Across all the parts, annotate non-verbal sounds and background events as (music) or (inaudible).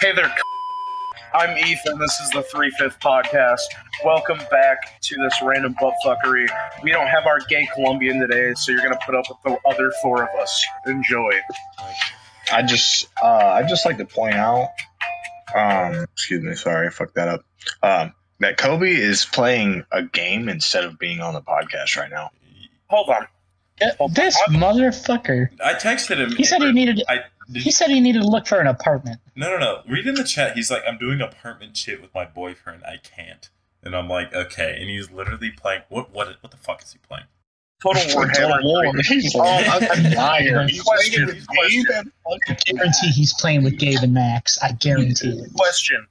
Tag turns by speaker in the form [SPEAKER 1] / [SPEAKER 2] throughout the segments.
[SPEAKER 1] Hey there, I'm Ethan. This is the Three Fifth Podcast. Welcome back to this random butt fuckery. We don't have our gay Colombian today, so you're gonna put up with the other four of us. Enjoy.
[SPEAKER 2] I just uh, I just like to point out. Um, excuse me, sorry, I fucked that up. Um, that Kobe is playing a game instead of being on the podcast right now.
[SPEAKER 1] Hold on.
[SPEAKER 3] This motherfucker.
[SPEAKER 4] I texted him.
[SPEAKER 3] He said he needed.
[SPEAKER 4] I did,
[SPEAKER 3] He said he needed to look for an apartment.
[SPEAKER 4] no, no, no. Read in the chat. He's like, I'm doing apartment shit with my boyfriend. I can't. And I'm like, okay. And he's literally playing. What? What? What the fuck is he playing? (laughs)
[SPEAKER 2] (laughs)
[SPEAKER 1] Total Warhammer.
[SPEAKER 2] He's
[SPEAKER 1] lying.
[SPEAKER 2] I'm (laughs) lying.
[SPEAKER 1] He's playing with Gabe.
[SPEAKER 3] I guarantee he's playing with Gabe and Max. I guarantee it.
[SPEAKER 1] Question: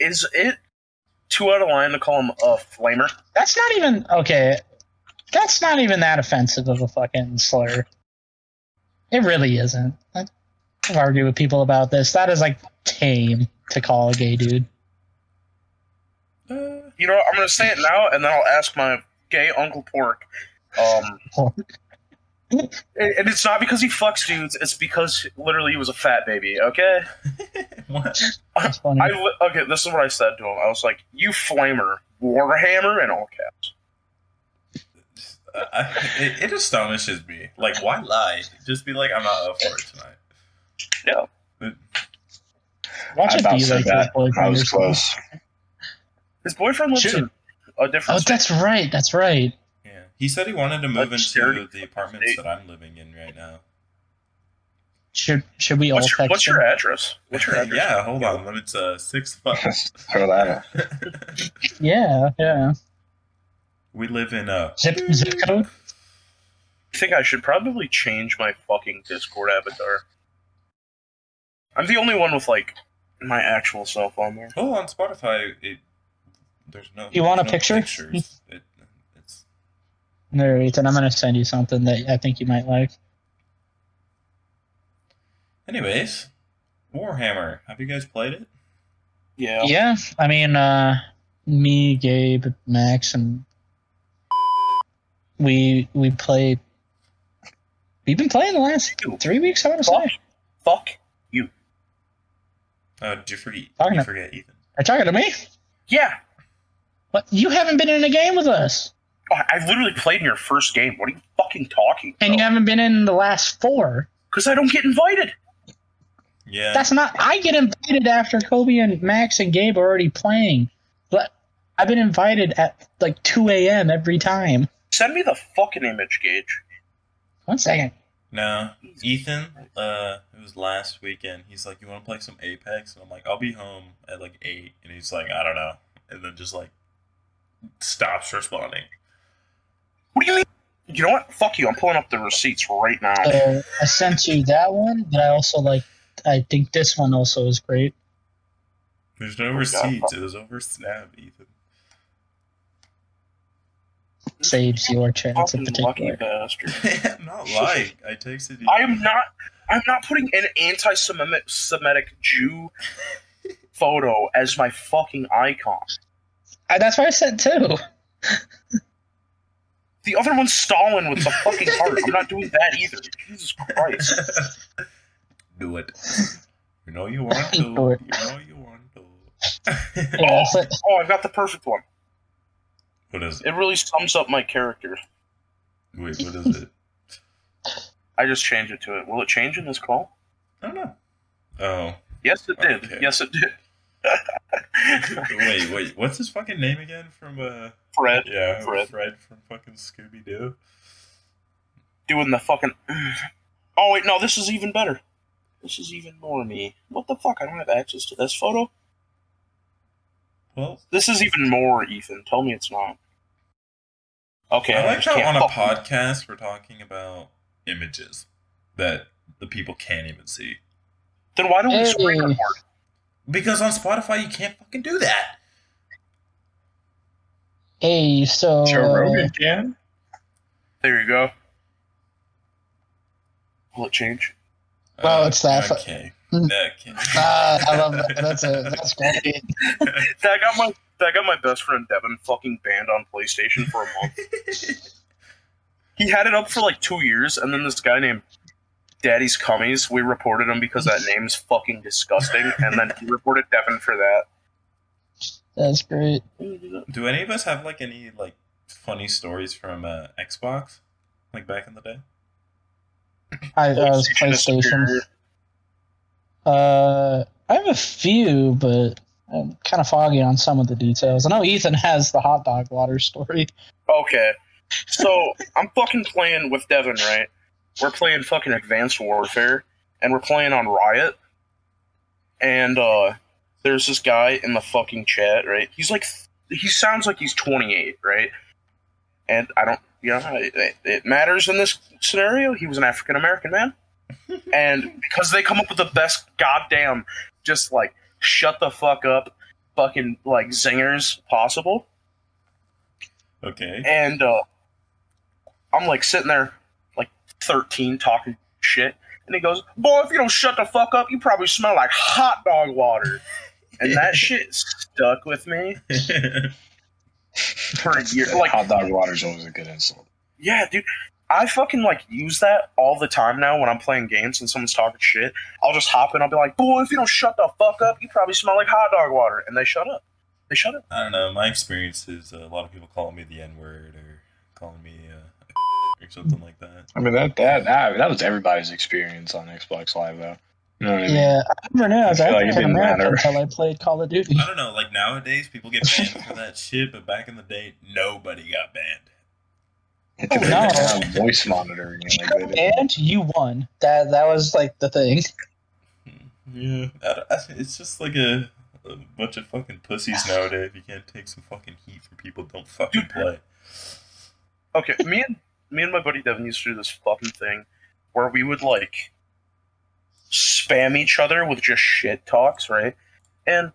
[SPEAKER 1] Is it too out of line to call him a flamer?
[SPEAKER 3] That's not even okay. That's not even that offensive of a fucking slur. It really isn't. I- I've argued with people about this. That is like tame to call a gay dude.
[SPEAKER 4] Uh,
[SPEAKER 1] You know, what, I'm gonna say it now, and then I'll ask my gay uncle Pork. Um, and and it's not because he fucks dudes; it's because literally he was a fat baby. Okay.
[SPEAKER 4] what?
[SPEAKER 3] That's funny.
[SPEAKER 1] I li- okay. This is what I said to him. I was like, "You flamer, warhammer, and all caps."
[SPEAKER 4] Uh, I, it, it astonishes me. Like, why lie? Just be like, I'm not up for it tonight.
[SPEAKER 1] Yeah.
[SPEAKER 3] Watch
[SPEAKER 2] I
[SPEAKER 3] it
[SPEAKER 2] about
[SPEAKER 3] be
[SPEAKER 2] said
[SPEAKER 3] like that.
[SPEAKER 2] that. I was close.
[SPEAKER 1] His boyfriend lives
[SPEAKER 3] Shoot.
[SPEAKER 1] in a different.
[SPEAKER 3] Oh,
[SPEAKER 1] state.
[SPEAKER 3] that's right. That's right.
[SPEAKER 4] Yeah. He said he wanted to move
[SPEAKER 1] Like,
[SPEAKER 4] into
[SPEAKER 1] charity
[SPEAKER 4] the apartments that I'm living in right now.
[SPEAKER 3] Should should we all
[SPEAKER 1] What's your,
[SPEAKER 3] text
[SPEAKER 1] what's
[SPEAKER 3] him?
[SPEAKER 1] your address? What's
[SPEAKER 4] (laughs)
[SPEAKER 1] your address?
[SPEAKER 4] yeah. Hold on. When it's uh, six five.
[SPEAKER 2] (laughs) Throw that out.
[SPEAKER 3] Yeah, yeah.
[SPEAKER 4] we live in uh.
[SPEAKER 3] Zip zip code.
[SPEAKER 1] I think I should probably change my fucking Discord avatar. I'm the only one with like my actual self on there.
[SPEAKER 4] Oh, on Spotify, it there's no.
[SPEAKER 3] You want a
[SPEAKER 4] there's no
[SPEAKER 3] picture?
[SPEAKER 4] Pictures. It, it's
[SPEAKER 3] There, Ethan. I'm gonna send you something that I think you might like.
[SPEAKER 4] Anyways, Warhammer. Have you guys played it?
[SPEAKER 1] Yeah.
[SPEAKER 3] Yeah, I mean, uh, me, Gabe, Max, and we we play. We've been playing the last three weeks. I want to
[SPEAKER 1] Fuck,
[SPEAKER 3] say.
[SPEAKER 1] fuck.
[SPEAKER 4] Oh, did you forget?
[SPEAKER 3] Talking
[SPEAKER 4] you
[SPEAKER 3] to-
[SPEAKER 4] forget Ethan.
[SPEAKER 3] Are you talking to me?
[SPEAKER 1] Yeah.
[SPEAKER 3] What? You haven't been in a game with us,
[SPEAKER 1] Oh, I I literally played in your first game. What are you fucking talking
[SPEAKER 3] and you
[SPEAKER 1] about?
[SPEAKER 3] haven't been in the last four.
[SPEAKER 1] Because I don't get invited.
[SPEAKER 4] Yeah.
[SPEAKER 3] That's not. I get invited after Kobe and Max and Gabe are already playing, but I've been invited at like two a.m. every time.
[SPEAKER 1] Send me the fucking image, Gage.
[SPEAKER 3] One second.
[SPEAKER 4] no, Ethan. Uh, it was last weekend. He's like, "You want to play some Apex?" And I'm like, "I'll be home at like 8. And he's like, "I don't know," and then just like stops responding.
[SPEAKER 1] What do you mean? You know what? Fuck you. I'm pulling up the receipts right now.
[SPEAKER 3] So I sent you that one, but I also like. I think this one also is great.
[SPEAKER 4] There's no
[SPEAKER 1] God.
[SPEAKER 4] receipts. It was over Snap, Ethan. (laughs)
[SPEAKER 3] saves your chance in
[SPEAKER 1] Fucking lucky
[SPEAKER 3] particular.
[SPEAKER 1] bastard.
[SPEAKER 4] I'm not lying. I texted you.
[SPEAKER 1] I am not. I'm not putting an anti-Semitic Semitic Jew photo as my fucking icon.
[SPEAKER 3] I, that's what I
[SPEAKER 2] (laughs)
[SPEAKER 3] said too.
[SPEAKER 1] The other one's Stalin with the fucking heart. I'm not doing that either. Jesus Christ.
[SPEAKER 4] do it. You know you want to.
[SPEAKER 3] (laughs)
[SPEAKER 4] you
[SPEAKER 3] Do
[SPEAKER 4] know
[SPEAKER 3] it.
[SPEAKER 4] you want to.
[SPEAKER 3] Yeah, that's it.
[SPEAKER 1] Oh, I've got the perfect one.
[SPEAKER 4] (laughs) what is it?
[SPEAKER 1] It really sums up my character.
[SPEAKER 4] Wait, what is it?
[SPEAKER 1] I just changed it to it. Will it change in this call?
[SPEAKER 4] I don't know. Oh.
[SPEAKER 1] Yes, it did.
[SPEAKER 4] Okay.
[SPEAKER 1] Yes, it did. (laughs)
[SPEAKER 4] (laughs) wait, wait. What's his fucking name again? From uh,
[SPEAKER 1] Fred
[SPEAKER 4] yeah,
[SPEAKER 1] Fred.
[SPEAKER 4] Fred, from fucking Scooby Doo.
[SPEAKER 1] doing the fucking. Oh wait, no. This is even better. This is even more me. What the fuck? I don't have access to this photo.
[SPEAKER 4] Well,
[SPEAKER 1] This is even more Ethan. Tell me it's not. Okay.
[SPEAKER 4] I like how
[SPEAKER 1] can't
[SPEAKER 4] on a
[SPEAKER 1] fucking-
[SPEAKER 4] podcast we're talking about images that the people can't even see
[SPEAKER 1] Then why don't we
[SPEAKER 3] Hey.
[SPEAKER 1] screen record?
[SPEAKER 4] because on Spotify you can't fucking do that.
[SPEAKER 3] Hey, so
[SPEAKER 2] Joe
[SPEAKER 3] uh,
[SPEAKER 2] Rogan can.
[SPEAKER 1] There you go. Will it change?
[SPEAKER 3] Well, it's that fu-
[SPEAKER 4] Uh,
[SPEAKER 3] (laughs)
[SPEAKER 4] Okay. okay.
[SPEAKER 3] ah, I love that. That's a that's great.
[SPEAKER 1] That got my that got my best friend Devin fucking banned on PlayStation (laughs) for a month. he had it up for like two years, and then this guy named Daddy's Cummies. We reported him because that name's fucking disgusting, and then he reported Devin for that.
[SPEAKER 3] That's great.
[SPEAKER 4] (laughs) Do any of us have like any like funny stories from uh, Xbox, like back in the day?
[SPEAKER 3] I, I was PlayStation. Uh, I have a few, but I'm kind of foggy on some of the details. I know Ethan has the hot dog water story.
[SPEAKER 1] Okay. So I'm fucking playing with Devin, right? We're playing fucking Advanced Warfare, and we're playing on Riot. And uh, there's this guy in the fucking chat, right? He's like, he sounds like he's 28, right? And I don't, you know, it, it matters in this scenario. He was an African American man. and because they come up with the best goddamn, just like, shut the fuck up, fucking, like, zingers possible.
[SPEAKER 4] Okay.
[SPEAKER 1] And uh, I'm like sitting there, like 13, talking shit. And he goes, Boy, if you don't shut the fuck up, you probably smell like hot dog water. And that shit stuck with me
[SPEAKER 4] (laughs)
[SPEAKER 1] for a year. Like,
[SPEAKER 2] hot dog water is always a good insult.
[SPEAKER 1] yeah, dude. I fucking like use that all the time now when I'm playing games and someone's talking shit. I'll just hop in. I'll be like, "Boy, if you don't shut the fuck up, you probably smell like hot dog water." And they shut up. They shut up.
[SPEAKER 4] I don't know. My experience is uh, a lot of people calling me the N word or calling me uh, a (laughs) or something like that.
[SPEAKER 2] I mean that that that, that was everybody's experience on Xbox Live though. You know what I mean?
[SPEAKER 3] Yeah, I never knew I
[SPEAKER 2] Mm.
[SPEAKER 3] was
[SPEAKER 2] I feel like it
[SPEAKER 3] African
[SPEAKER 2] didn't
[SPEAKER 3] American
[SPEAKER 2] matter.
[SPEAKER 3] until I played Call of Duty.
[SPEAKER 4] I don't know. Like nowadays, people get banned for that shit, but back in the day, nobody got banned.
[SPEAKER 2] It didn't
[SPEAKER 3] no.
[SPEAKER 2] have voice monitoring
[SPEAKER 3] Oh
[SPEAKER 2] like they did.
[SPEAKER 3] And you won. That that was like the thing.
[SPEAKER 4] Yeah, I don't- I- it's just like a, a bunch of fucking pussies nowadays. You can't take some fucking heat from people who don't fucking play.
[SPEAKER 1] Okay, me and me and my buddy Devin used to do this fucking thing where we would like spam each other with just shit talks, right? And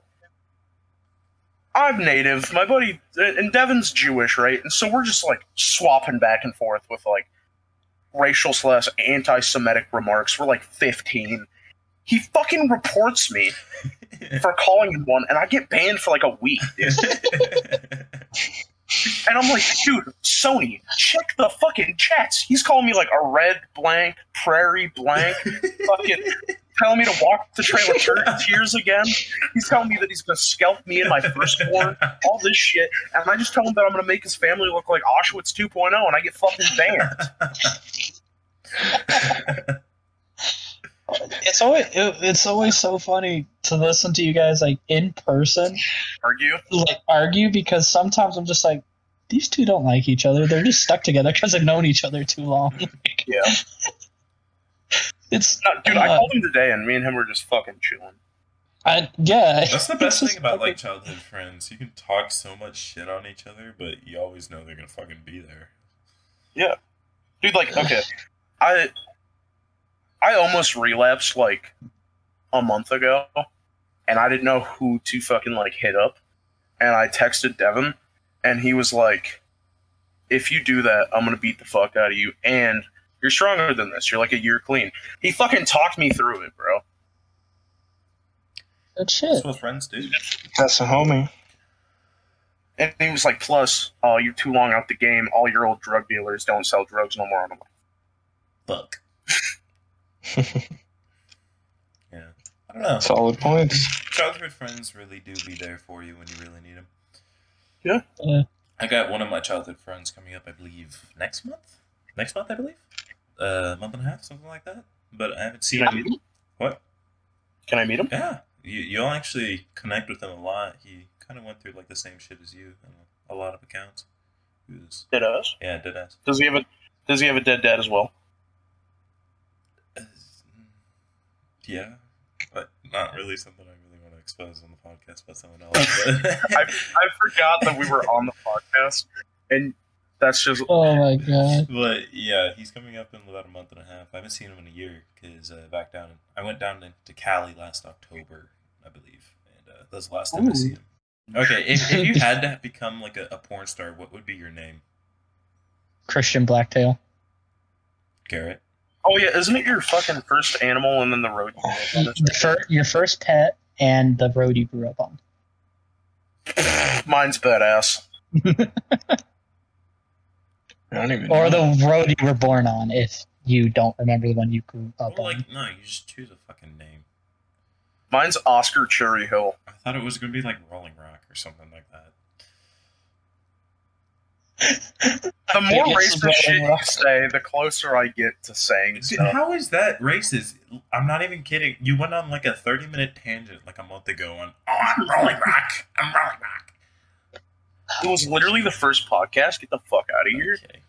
[SPEAKER 1] I'm native, my buddy, and Devin's Jewish, right? And so we're just like swapping back and forth with like racial slash anti-Semitic remarks. We're like 15. He fucking reports me for calling him one, and I get banned for like a week, dude. And I'm like, dude, Sony, check the fucking chats. He's calling me like a red blank, prairie blank, fucking telling me to walk the trail of tur- tears again. He's telling me that he's gonna scalp me and my firstborn, all this shit. And I just tell him that I'm gonna make his family look like Auschwitz 2.0, and I get fucking banned.
[SPEAKER 3] It's always it, it's always so funny to listen to you guys like in person
[SPEAKER 1] Argue?
[SPEAKER 3] like argue because sometimes I'm just like these two don't like each other. They're just stuck together because they've known each other too long.
[SPEAKER 1] Yeah.
[SPEAKER 3] (laughs) It's
[SPEAKER 1] No, dude, I called him today, and me and him were just fucking chilling.
[SPEAKER 3] I, yeah.
[SPEAKER 4] (laughs) That's the
[SPEAKER 3] It's
[SPEAKER 4] best
[SPEAKER 3] just
[SPEAKER 4] thing about like
[SPEAKER 3] fucking-
[SPEAKER 4] childhood friends. You can talk so much shit on each other, but you always know they're gonna fucking be there.
[SPEAKER 1] dude like okay i i almost relapsed like a month ago and i didn't know who to fucking like hit up and i texted devin and he was like if you do that i'm gonna beat the fuck out of you and you're stronger than this you're like a year clean he fucking talked me through it bro
[SPEAKER 3] good
[SPEAKER 4] That's
[SPEAKER 3] shit.
[SPEAKER 4] what friends do.
[SPEAKER 2] That's a homie. (laughs)
[SPEAKER 1] and he was like plus uh, you're too long out the game all your old drug dealers don't sell drugs no more And I'm like,
[SPEAKER 4] Fuck. yeah. I don't know.
[SPEAKER 2] Solid points.
[SPEAKER 4] Childhood friends really do be there for you when you really need them.
[SPEAKER 1] Yeah.
[SPEAKER 3] Yeah.
[SPEAKER 4] I got one of my childhood friends coming up, I believe, next month. Next month, I believe. Uh, month and a half, something like that. But I haven't seen
[SPEAKER 1] can i
[SPEAKER 4] him.
[SPEAKER 1] meet him
[SPEAKER 4] What?
[SPEAKER 1] can i meet him
[SPEAKER 4] Yeah, you you'll actually connect with him a lot. He kind of went through like the same shit as you on a lot of accounts. He was,
[SPEAKER 1] dead ass
[SPEAKER 4] yeah, dead ass.
[SPEAKER 1] does he have a does he have a dead dad as well
[SPEAKER 4] Uh, Yeah, but not really something I really want to expose on the podcast by someone else.
[SPEAKER 1] (laughs) I,
[SPEAKER 4] But,
[SPEAKER 1] I forgot that we were on the podcast, and that's just
[SPEAKER 3] Oh my god.
[SPEAKER 4] but yeah, he's coming up in about a month and a half. I haven't seen him in a year because uh, back down, I went down to, to Cali last October, I believe, and uh, that's the last time I see him. Okay, if, if you had to become like a, a porn star, what would be your name,
[SPEAKER 3] Christian Blacktail.
[SPEAKER 4] Garrett?
[SPEAKER 1] oh yeah, isn't it your fucking first animal and then the road? you
[SPEAKER 3] Your, fir- your first pet and the road you grew up on.
[SPEAKER 1] Mine's badass.
[SPEAKER 2] I don't even
[SPEAKER 3] or
[SPEAKER 2] know.
[SPEAKER 3] the road you were born on if you don't remember the one you grew up
[SPEAKER 4] Well,
[SPEAKER 3] on.
[SPEAKER 4] like no, you just choose a fucking name.
[SPEAKER 1] Mine's Oscar Cherry Hill.
[SPEAKER 4] I thought it was gonna be like Rolling Rock or something like that.
[SPEAKER 1] The more
[SPEAKER 3] Yeah, it's
[SPEAKER 1] racist shit you
[SPEAKER 3] Rock.
[SPEAKER 1] say, the closer I get to
[SPEAKER 4] (laughs)
[SPEAKER 1] saying
[SPEAKER 4] Dude,
[SPEAKER 1] stuff.
[SPEAKER 4] How is that racist? I'm not even kidding. You went on like a 30 minute tangent like a month ago on, oh, I'm Rolling Rock. I'm Rolling Rock.
[SPEAKER 1] It was literally the first podcast. Get the fuck out of here.
[SPEAKER 4] Okay.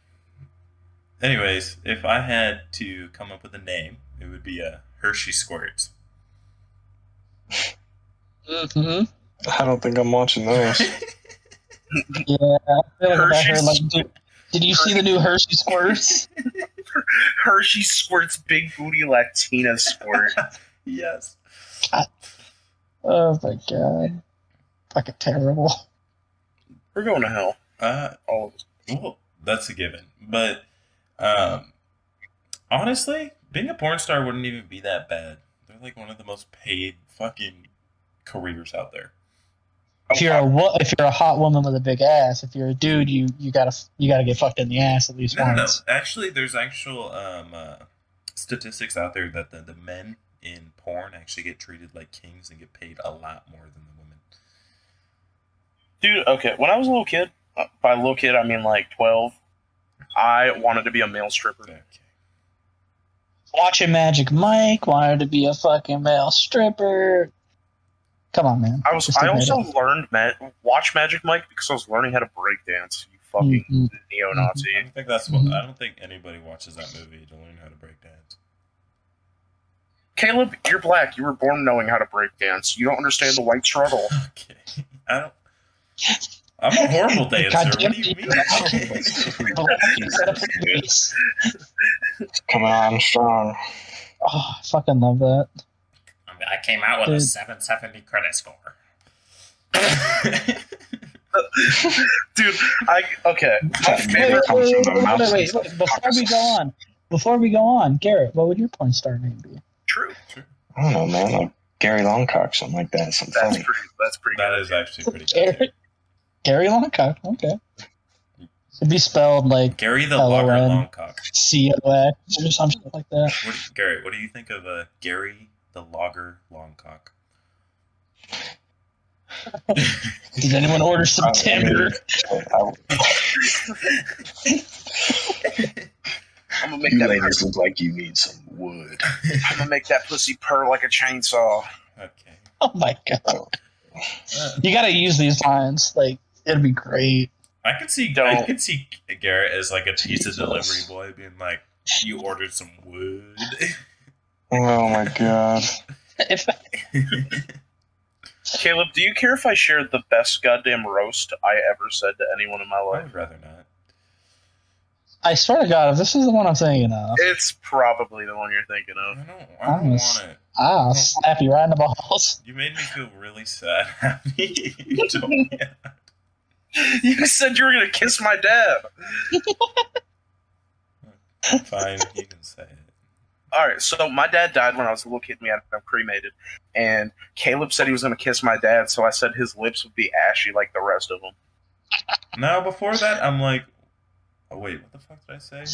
[SPEAKER 4] Anyways, if I had to come up with a name, it would be uh, Hershey Squirts.
[SPEAKER 3] Mm-hmm.
[SPEAKER 2] I don't think I'm watching those.
[SPEAKER 3] Yeah, I feel like I heard,
[SPEAKER 1] Hershey's-
[SPEAKER 3] like, dude, did you see the new Hershey Squirts?
[SPEAKER 1] Hershey squirts big booty Latina squirt.
[SPEAKER 4] Yes.
[SPEAKER 3] (laughs) oh my god, fucking terrible.
[SPEAKER 1] We're going to hell.
[SPEAKER 4] Uh,
[SPEAKER 1] All of us.
[SPEAKER 4] well, that's a given. But um, honestly, being a porn star wouldn't even be that bad. They're like one of the most paid fucking careers out there.
[SPEAKER 3] If you're a wo- if you're a hot woman with a big ass, if you're a dude, you you gotta you gotta get fucked in the ass at least
[SPEAKER 4] No, no.
[SPEAKER 3] once.
[SPEAKER 4] Actually, there's actual um, uh, statistics out there that the, the men in porn actually get treated like kings and get paid a lot more than the women.
[SPEAKER 1] Dude, okay. When I was a little kid, uh, by little kid I mean like twelve, I wanted to be a male stripper.
[SPEAKER 4] Okay.
[SPEAKER 3] Watching Magic Mike wanted to be a fucking male stripper. Come on, man.
[SPEAKER 1] I was.
[SPEAKER 3] Just
[SPEAKER 1] I
[SPEAKER 3] admit
[SPEAKER 1] also
[SPEAKER 3] it.
[SPEAKER 1] learned ma- watch Magic Mike because I was learning how to break dance. You fucking (laughs)
[SPEAKER 3] Mhm.
[SPEAKER 2] Mm-hmm.
[SPEAKER 1] neo-Nazi.
[SPEAKER 4] I don't think that's what. I don't think anybody watches that movie to learn how to break dance.
[SPEAKER 1] Caleb, you're black. You were born knowing how to break dance. You don't understand the white struggle.
[SPEAKER 4] Okay. I don't. I'm a horrible dancer.
[SPEAKER 3] (laughs) God
[SPEAKER 4] What do
[SPEAKER 3] damn
[SPEAKER 4] you
[SPEAKER 3] it. (laughs)
[SPEAKER 4] mean?
[SPEAKER 2] Coming on strong.
[SPEAKER 3] Oh, I fucking love that.
[SPEAKER 4] I, mean, I came out with a
[SPEAKER 3] Dude.
[SPEAKER 4] 770 credit (laughs) score.
[SPEAKER 1] Dude, I okay. My
[SPEAKER 2] Wait, wait,
[SPEAKER 1] favorite,
[SPEAKER 2] comes from the
[SPEAKER 3] wait,
[SPEAKER 2] mountains.
[SPEAKER 3] wait, wait, Before we go on, before we go on, Garrett, what would your porn star name be?
[SPEAKER 1] true.
[SPEAKER 2] I don't know, man. Like Gary Longcock, something like that. Something
[SPEAKER 1] That's
[SPEAKER 2] funny.
[SPEAKER 1] pretty. That's pretty.
[SPEAKER 4] that is actually pretty good.
[SPEAKER 3] Garrett, Gary Longcock. Okay, it'd be spelled like
[SPEAKER 4] Gary the
[SPEAKER 3] Hello,
[SPEAKER 4] Locker
[SPEAKER 3] Ed.
[SPEAKER 4] Longcock.
[SPEAKER 3] C O X or some shit like that.
[SPEAKER 4] What, Gary, what do you think of uh, Gary the Logger Longcock?
[SPEAKER 3] Did anyone order some
[SPEAKER 2] Oh,
[SPEAKER 3] timber?
[SPEAKER 2] I,
[SPEAKER 1] I'm gonna make
[SPEAKER 2] you
[SPEAKER 1] that.
[SPEAKER 2] ladies look like you need some wood.
[SPEAKER 1] I'm gonna make that pussy purr like a chainsaw.
[SPEAKER 4] Okay.
[SPEAKER 3] Oh my god!
[SPEAKER 4] Uh,
[SPEAKER 3] You gotta use these lines. Like it'd be great.
[SPEAKER 4] I could see I
[SPEAKER 1] Don't.
[SPEAKER 4] could see Garrett as like a pizza
[SPEAKER 2] Jesus.
[SPEAKER 4] delivery boy being like, "You ordered some wood." (laughs)
[SPEAKER 2] Oh my god.
[SPEAKER 3] If
[SPEAKER 1] Caleb, do you care if I shared the best goddamn roast I ever said to anyone in my
[SPEAKER 4] I
[SPEAKER 1] life?
[SPEAKER 4] would rather not.
[SPEAKER 3] I swear to God, if this is the one I'm thinking of,
[SPEAKER 2] Oh.
[SPEAKER 1] It's probably the one you're thinking
[SPEAKER 4] I
[SPEAKER 1] of. (laughs)
[SPEAKER 4] don't. I don't
[SPEAKER 3] Honest.
[SPEAKER 4] want it.
[SPEAKER 3] I'll slap you right in the
[SPEAKER 2] (laughs)
[SPEAKER 3] balls.
[SPEAKER 4] You made me feel really sad. (laughs) you told me.
[SPEAKER 1] You said you were gonna kiss my dad.
[SPEAKER 4] Fine, you can say it.
[SPEAKER 1] All right, so my dad died when I was a little kid. and We had him cremated, and Caleb said he was gonna kiss my dad, so I said his lips would be ashy like the rest of them.
[SPEAKER 4] Now, before that, I'm like, oh wait, what the fuck did I say?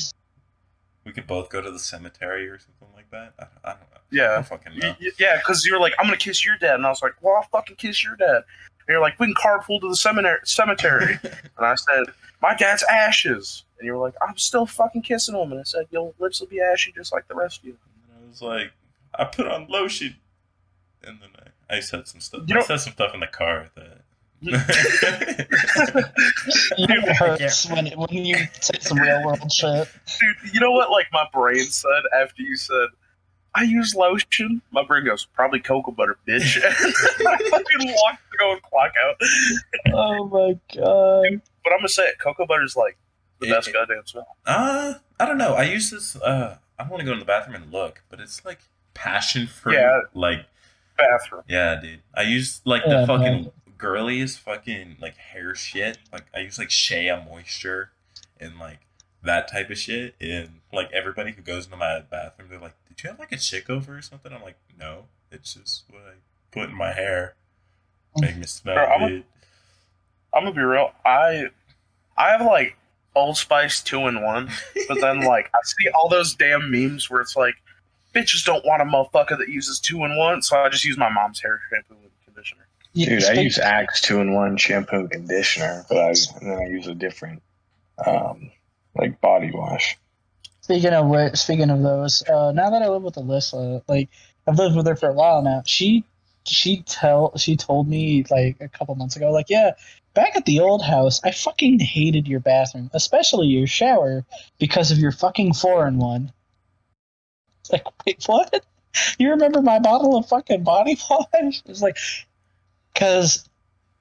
[SPEAKER 4] We could both go to the cemetery or something like that. I, I don't know. I
[SPEAKER 1] Yeah,
[SPEAKER 4] don't fucking
[SPEAKER 1] Y-
[SPEAKER 4] know.
[SPEAKER 1] y- yeah, because you were like, "I'm gonna kiss your dad," and I was like, "Well, I'll fucking kiss your dad." And you're like, "We can carpool to the seminary
[SPEAKER 4] (laughs)
[SPEAKER 1] cemetery," and I said, "My dad's ashes," and you were like, "I'm still fucking kissing him," and I said, "Your lips will be ashy just like the rest of you."
[SPEAKER 4] And I was like, I put on lotion, and then I, I said some stuff.
[SPEAKER 1] You
[SPEAKER 4] I
[SPEAKER 1] don't-
[SPEAKER 4] said some stuff in the car that. (laughs)
[SPEAKER 3] You know it hurts when, it, when you say some real world shit.
[SPEAKER 1] Dude, you know what? Like my brain said after you said, "I use lotion." My brain goes, "Probably cocoa butter, bitch." (laughs) I fucking walked to go and clock out.
[SPEAKER 3] Oh my god.
[SPEAKER 1] But I'm gonna say it. Cocoa butter's like the
[SPEAKER 4] It-
[SPEAKER 1] best goddamn smell.
[SPEAKER 4] uh, I don't know. I use this. Uh, I want to go in the bathroom and look, but it's like passion fruit,
[SPEAKER 1] Yeah.
[SPEAKER 4] like
[SPEAKER 1] Bathroom.
[SPEAKER 4] Yeah, dude. I use like the
[SPEAKER 3] Yeah,
[SPEAKER 4] fucking girliest fucking like hair shit. Like I use like Shea moisture and like that type of shit. And like everybody who goes into my bathroom, they're like, "Did you have like a chick over or something?" I'm like, "No, it's just what I put in my hair, make me smell
[SPEAKER 1] Bro, I'm a-
[SPEAKER 4] good."
[SPEAKER 1] I'm gonna be real. I I have like Old Spice two in one. But then like I see all those damn memes where it's like bitches don't want a motherfucker that uses two in one, so I just use my mom's hair shampoo and conditioner.
[SPEAKER 2] Dude, I
[SPEAKER 3] Speak-
[SPEAKER 2] use Axe two in one shampoo and conditioner, but I and then I use a different, um, like body wash.
[SPEAKER 3] Speaking of which, speaking of those, uh, now that I live with Alyssa, like I've lived with her for a while now. She she tell she told me like a couple months ago, like yeah, back at the old house, I fucking hated your bathroom, especially your shower, because of your fucking four in one. It's (laughs) like wait, what? You remember my bottle of fucking body wash? It's like, cause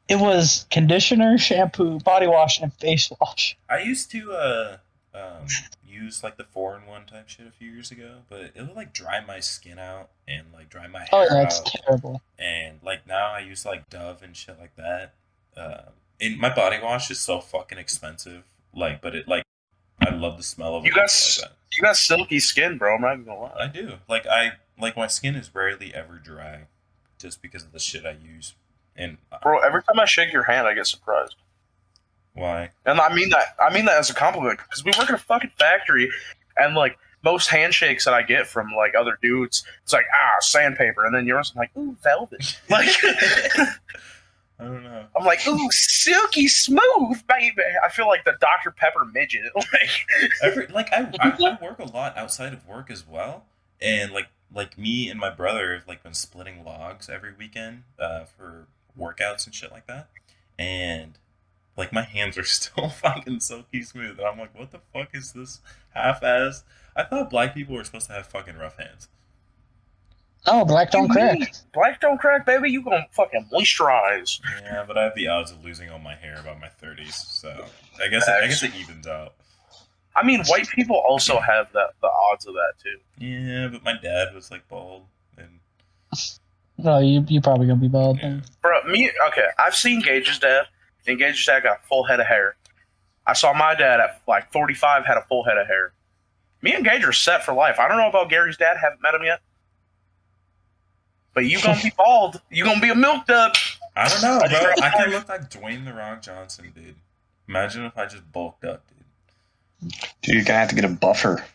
[SPEAKER 3] it was conditioner, shampoo, body wash, and face wash.
[SPEAKER 4] I used to uh, um, use like the four in one type shit a few years ago, but it would like dry my skin out and like dry my hair
[SPEAKER 3] Oh, that's
[SPEAKER 4] out.
[SPEAKER 3] terrible.
[SPEAKER 4] and like now I use like Dove and shit like that. Um and my body wash is so fucking expensive. Like, but it like I love the smell of it.
[SPEAKER 1] You
[SPEAKER 4] and
[SPEAKER 1] got
[SPEAKER 4] shit like
[SPEAKER 1] You got silky skin, bro. I'm not even gonna
[SPEAKER 4] that. I
[SPEAKER 1] lie.
[SPEAKER 4] do. Like I like my skin is rarely ever dry, just because of the shit I use. And uh,
[SPEAKER 1] Bro, every time I shake your hand, I get surprised.
[SPEAKER 4] why?
[SPEAKER 1] And I mean that. I mean that as a compliment because we work in a fucking factory, and like most handshakes that I get from like other dudes, it's like ah sandpaper, and then yours, I'm like ooh velvet. (laughs) Like
[SPEAKER 4] (laughs) I don't know.
[SPEAKER 1] I'm like ooh silky smooth, baby. I feel like the Dr Pepper midget. (laughs) Like
[SPEAKER 4] Every like I, I I work a lot outside of work as well, and like like me and my brother have like been splitting logs every weekend uh, for workouts and shit like that, and like my hands are (laughs) still fucking silky smooth. And I'm like, what the fuck is this half-ass? I thought black people were supposed to have fucking rough hands.
[SPEAKER 3] Oh, black don't
[SPEAKER 1] you
[SPEAKER 3] crack.
[SPEAKER 1] mean Black don't crack, baby. You gonna fucking moisturize?
[SPEAKER 4] Yeah, but I have the odds of losing all my hair by my 30s, so I guess I guess it evens out.
[SPEAKER 1] I mean, white people also have that the odds of that too.
[SPEAKER 4] Yeah, but my dad was like bald, and
[SPEAKER 3] Oh, you you probably gonna be bald.
[SPEAKER 4] yeah.
[SPEAKER 3] then.
[SPEAKER 1] Bro, me okay. I've seen Gage's dad, and Gage's dad got a full head of hair. I saw my dad at like forty five had a full head of hair. Me and Gage are set for life. I don't know about Gary's dad, haven't met him yet. But you gonna be bald. You gonna be a milk dud.
[SPEAKER 4] I don't know, bro.
[SPEAKER 1] just-
[SPEAKER 4] I can look like Dwayne the Rock Johnson, dude. Imagine if I just bulked up, dude.
[SPEAKER 2] Dude, you're gonna have to get a buffer.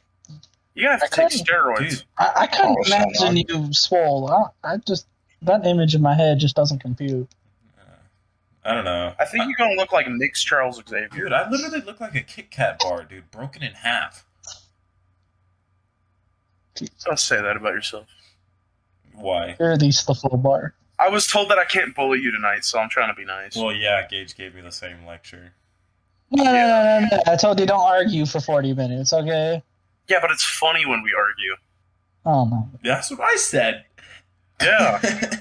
[SPEAKER 1] You gotta have to take
[SPEAKER 3] Okay.
[SPEAKER 1] steroids.
[SPEAKER 4] Dude,
[SPEAKER 3] I, I couldn't
[SPEAKER 2] Oh, shut
[SPEAKER 3] imagine you swole. I, I just that image in my head just doesn't compute.
[SPEAKER 4] uh, I don't know.
[SPEAKER 1] I think you're gonna look like Nick's Charles Xavier.
[SPEAKER 4] dude, I literally look like a Kit Kat bar, dude, broken in half.
[SPEAKER 1] Don't say that about yourself.
[SPEAKER 4] Why?
[SPEAKER 3] You're at least the full bar.
[SPEAKER 1] I was told that I can't bully you tonight, so I'm trying to be nice.
[SPEAKER 4] Well, yeah, Gage gave me the same lecture.
[SPEAKER 3] No, no, no, no, no. I told you don't argue for forty minutes. Okay.
[SPEAKER 1] yeah, but it's funny when we argue.
[SPEAKER 3] Oh my.
[SPEAKER 4] That's what I said.
[SPEAKER 1] Yeah.
[SPEAKER 4] (laughs)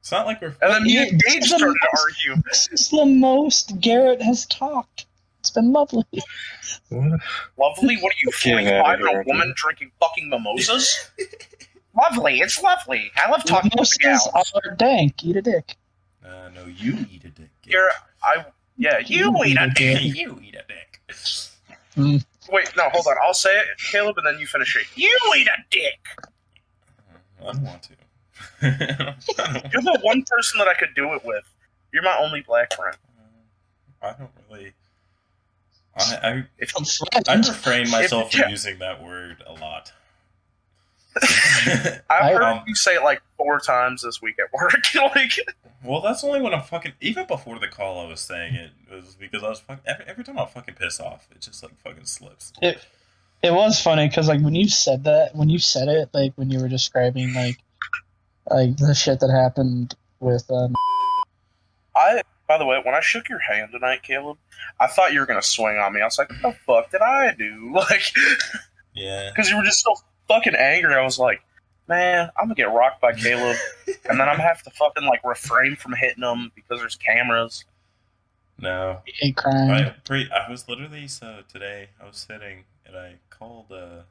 [SPEAKER 4] it's not like we're.
[SPEAKER 1] And then me and
[SPEAKER 3] Yeah,
[SPEAKER 1] Gage started to argue.
[SPEAKER 3] This is the most Garrett has talked. It's been lovely.
[SPEAKER 2] Mm-hmm.
[SPEAKER 1] Lovely? What are you,
[SPEAKER 2] Yeah,
[SPEAKER 1] 45 year
[SPEAKER 2] yeah.
[SPEAKER 1] old woman drinking fucking mimosas? (laughs) lovely, it's lovely. I love talking to
[SPEAKER 3] Most
[SPEAKER 1] gals.
[SPEAKER 3] are dank. Eat a dick.
[SPEAKER 4] (laughs) Uh, no, you eat a dick. Gage. (laughs)
[SPEAKER 1] You're- I, yeah, you wait a dick.
[SPEAKER 4] you eat a dick.
[SPEAKER 1] Wait, no, hold on. I'll say it, Caleb, and then you finish it. You wait a dick.
[SPEAKER 4] I don't want (laughs) to.
[SPEAKER 1] You're the one person that I could do it with. You're my only black friend.
[SPEAKER 4] I don't really. I, I
[SPEAKER 1] If
[SPEAKER 3] I'm
[SPEAKER 4] I
[SPEAKER 3] threatened.
[SPEAKER 4] refrain myself
[SPEAKER 1] yeah.
[SPEAKER 4] from using that word a lot. (laughs)
[SPEAKER 1] I've
[SPEAKER 3] I-
[SPEAKER 1] heard
[SPEAKER 4] um,
[SPEAKER 1] you say it like four times this week at work. (laughs) like,
[SPEAKER 4] well, that's only when I'm fucking. Even before the call, I was saying it, it was because I was fucking. Every, every time I fucking piss off, it just like fucking slips.
[SPEAKER 3] It- it was funny because like when you said that when you said it like when you were describing like like the shit that happened with um
[SPEAKER 1] I, by the way, when I shook your hand tonight, Caleb, I thought you were gonna swing on me. I was like, what the fuck did I do? (laughs) Like.
[SPEAKER 4] Yeah.
[SPEAKER 1] because you were just so fucking angry. I was like, man, I'm gonna get rocked by Caleb, and then I'm gonna have to fucking like refrain from hitting him because there's cameras.
[SPEAKER 4] No.
[SPEAKER 3] hate crime
[SPEAKER 4] I pre- I was literally so today I was sitting and I called uh,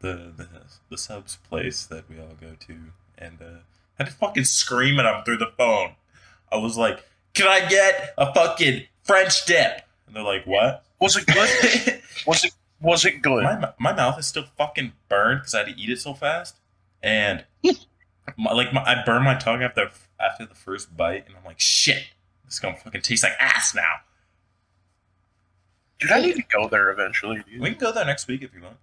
[SPEAKER 4] the the the subs place that we all go to and uh, had to fucking scream at them through the phone. I was like, "Can I get a fucking French dip?" And they're like, "What?" (laughs)
[SPEAKER 1] Was it good? (laughs) was it was it good?
[SPEAKER 4] my my mouth is still fucking burned because I had to eat it so fast, and my, like my, I burned my tongue after after the first bite, and I'm like, "Shit, this is gonna fucking taste like ass now."
[SPEAKER 1] Dude, I need to go there eventually, dude.
[SPEAKER 4] We can go there next week if you want.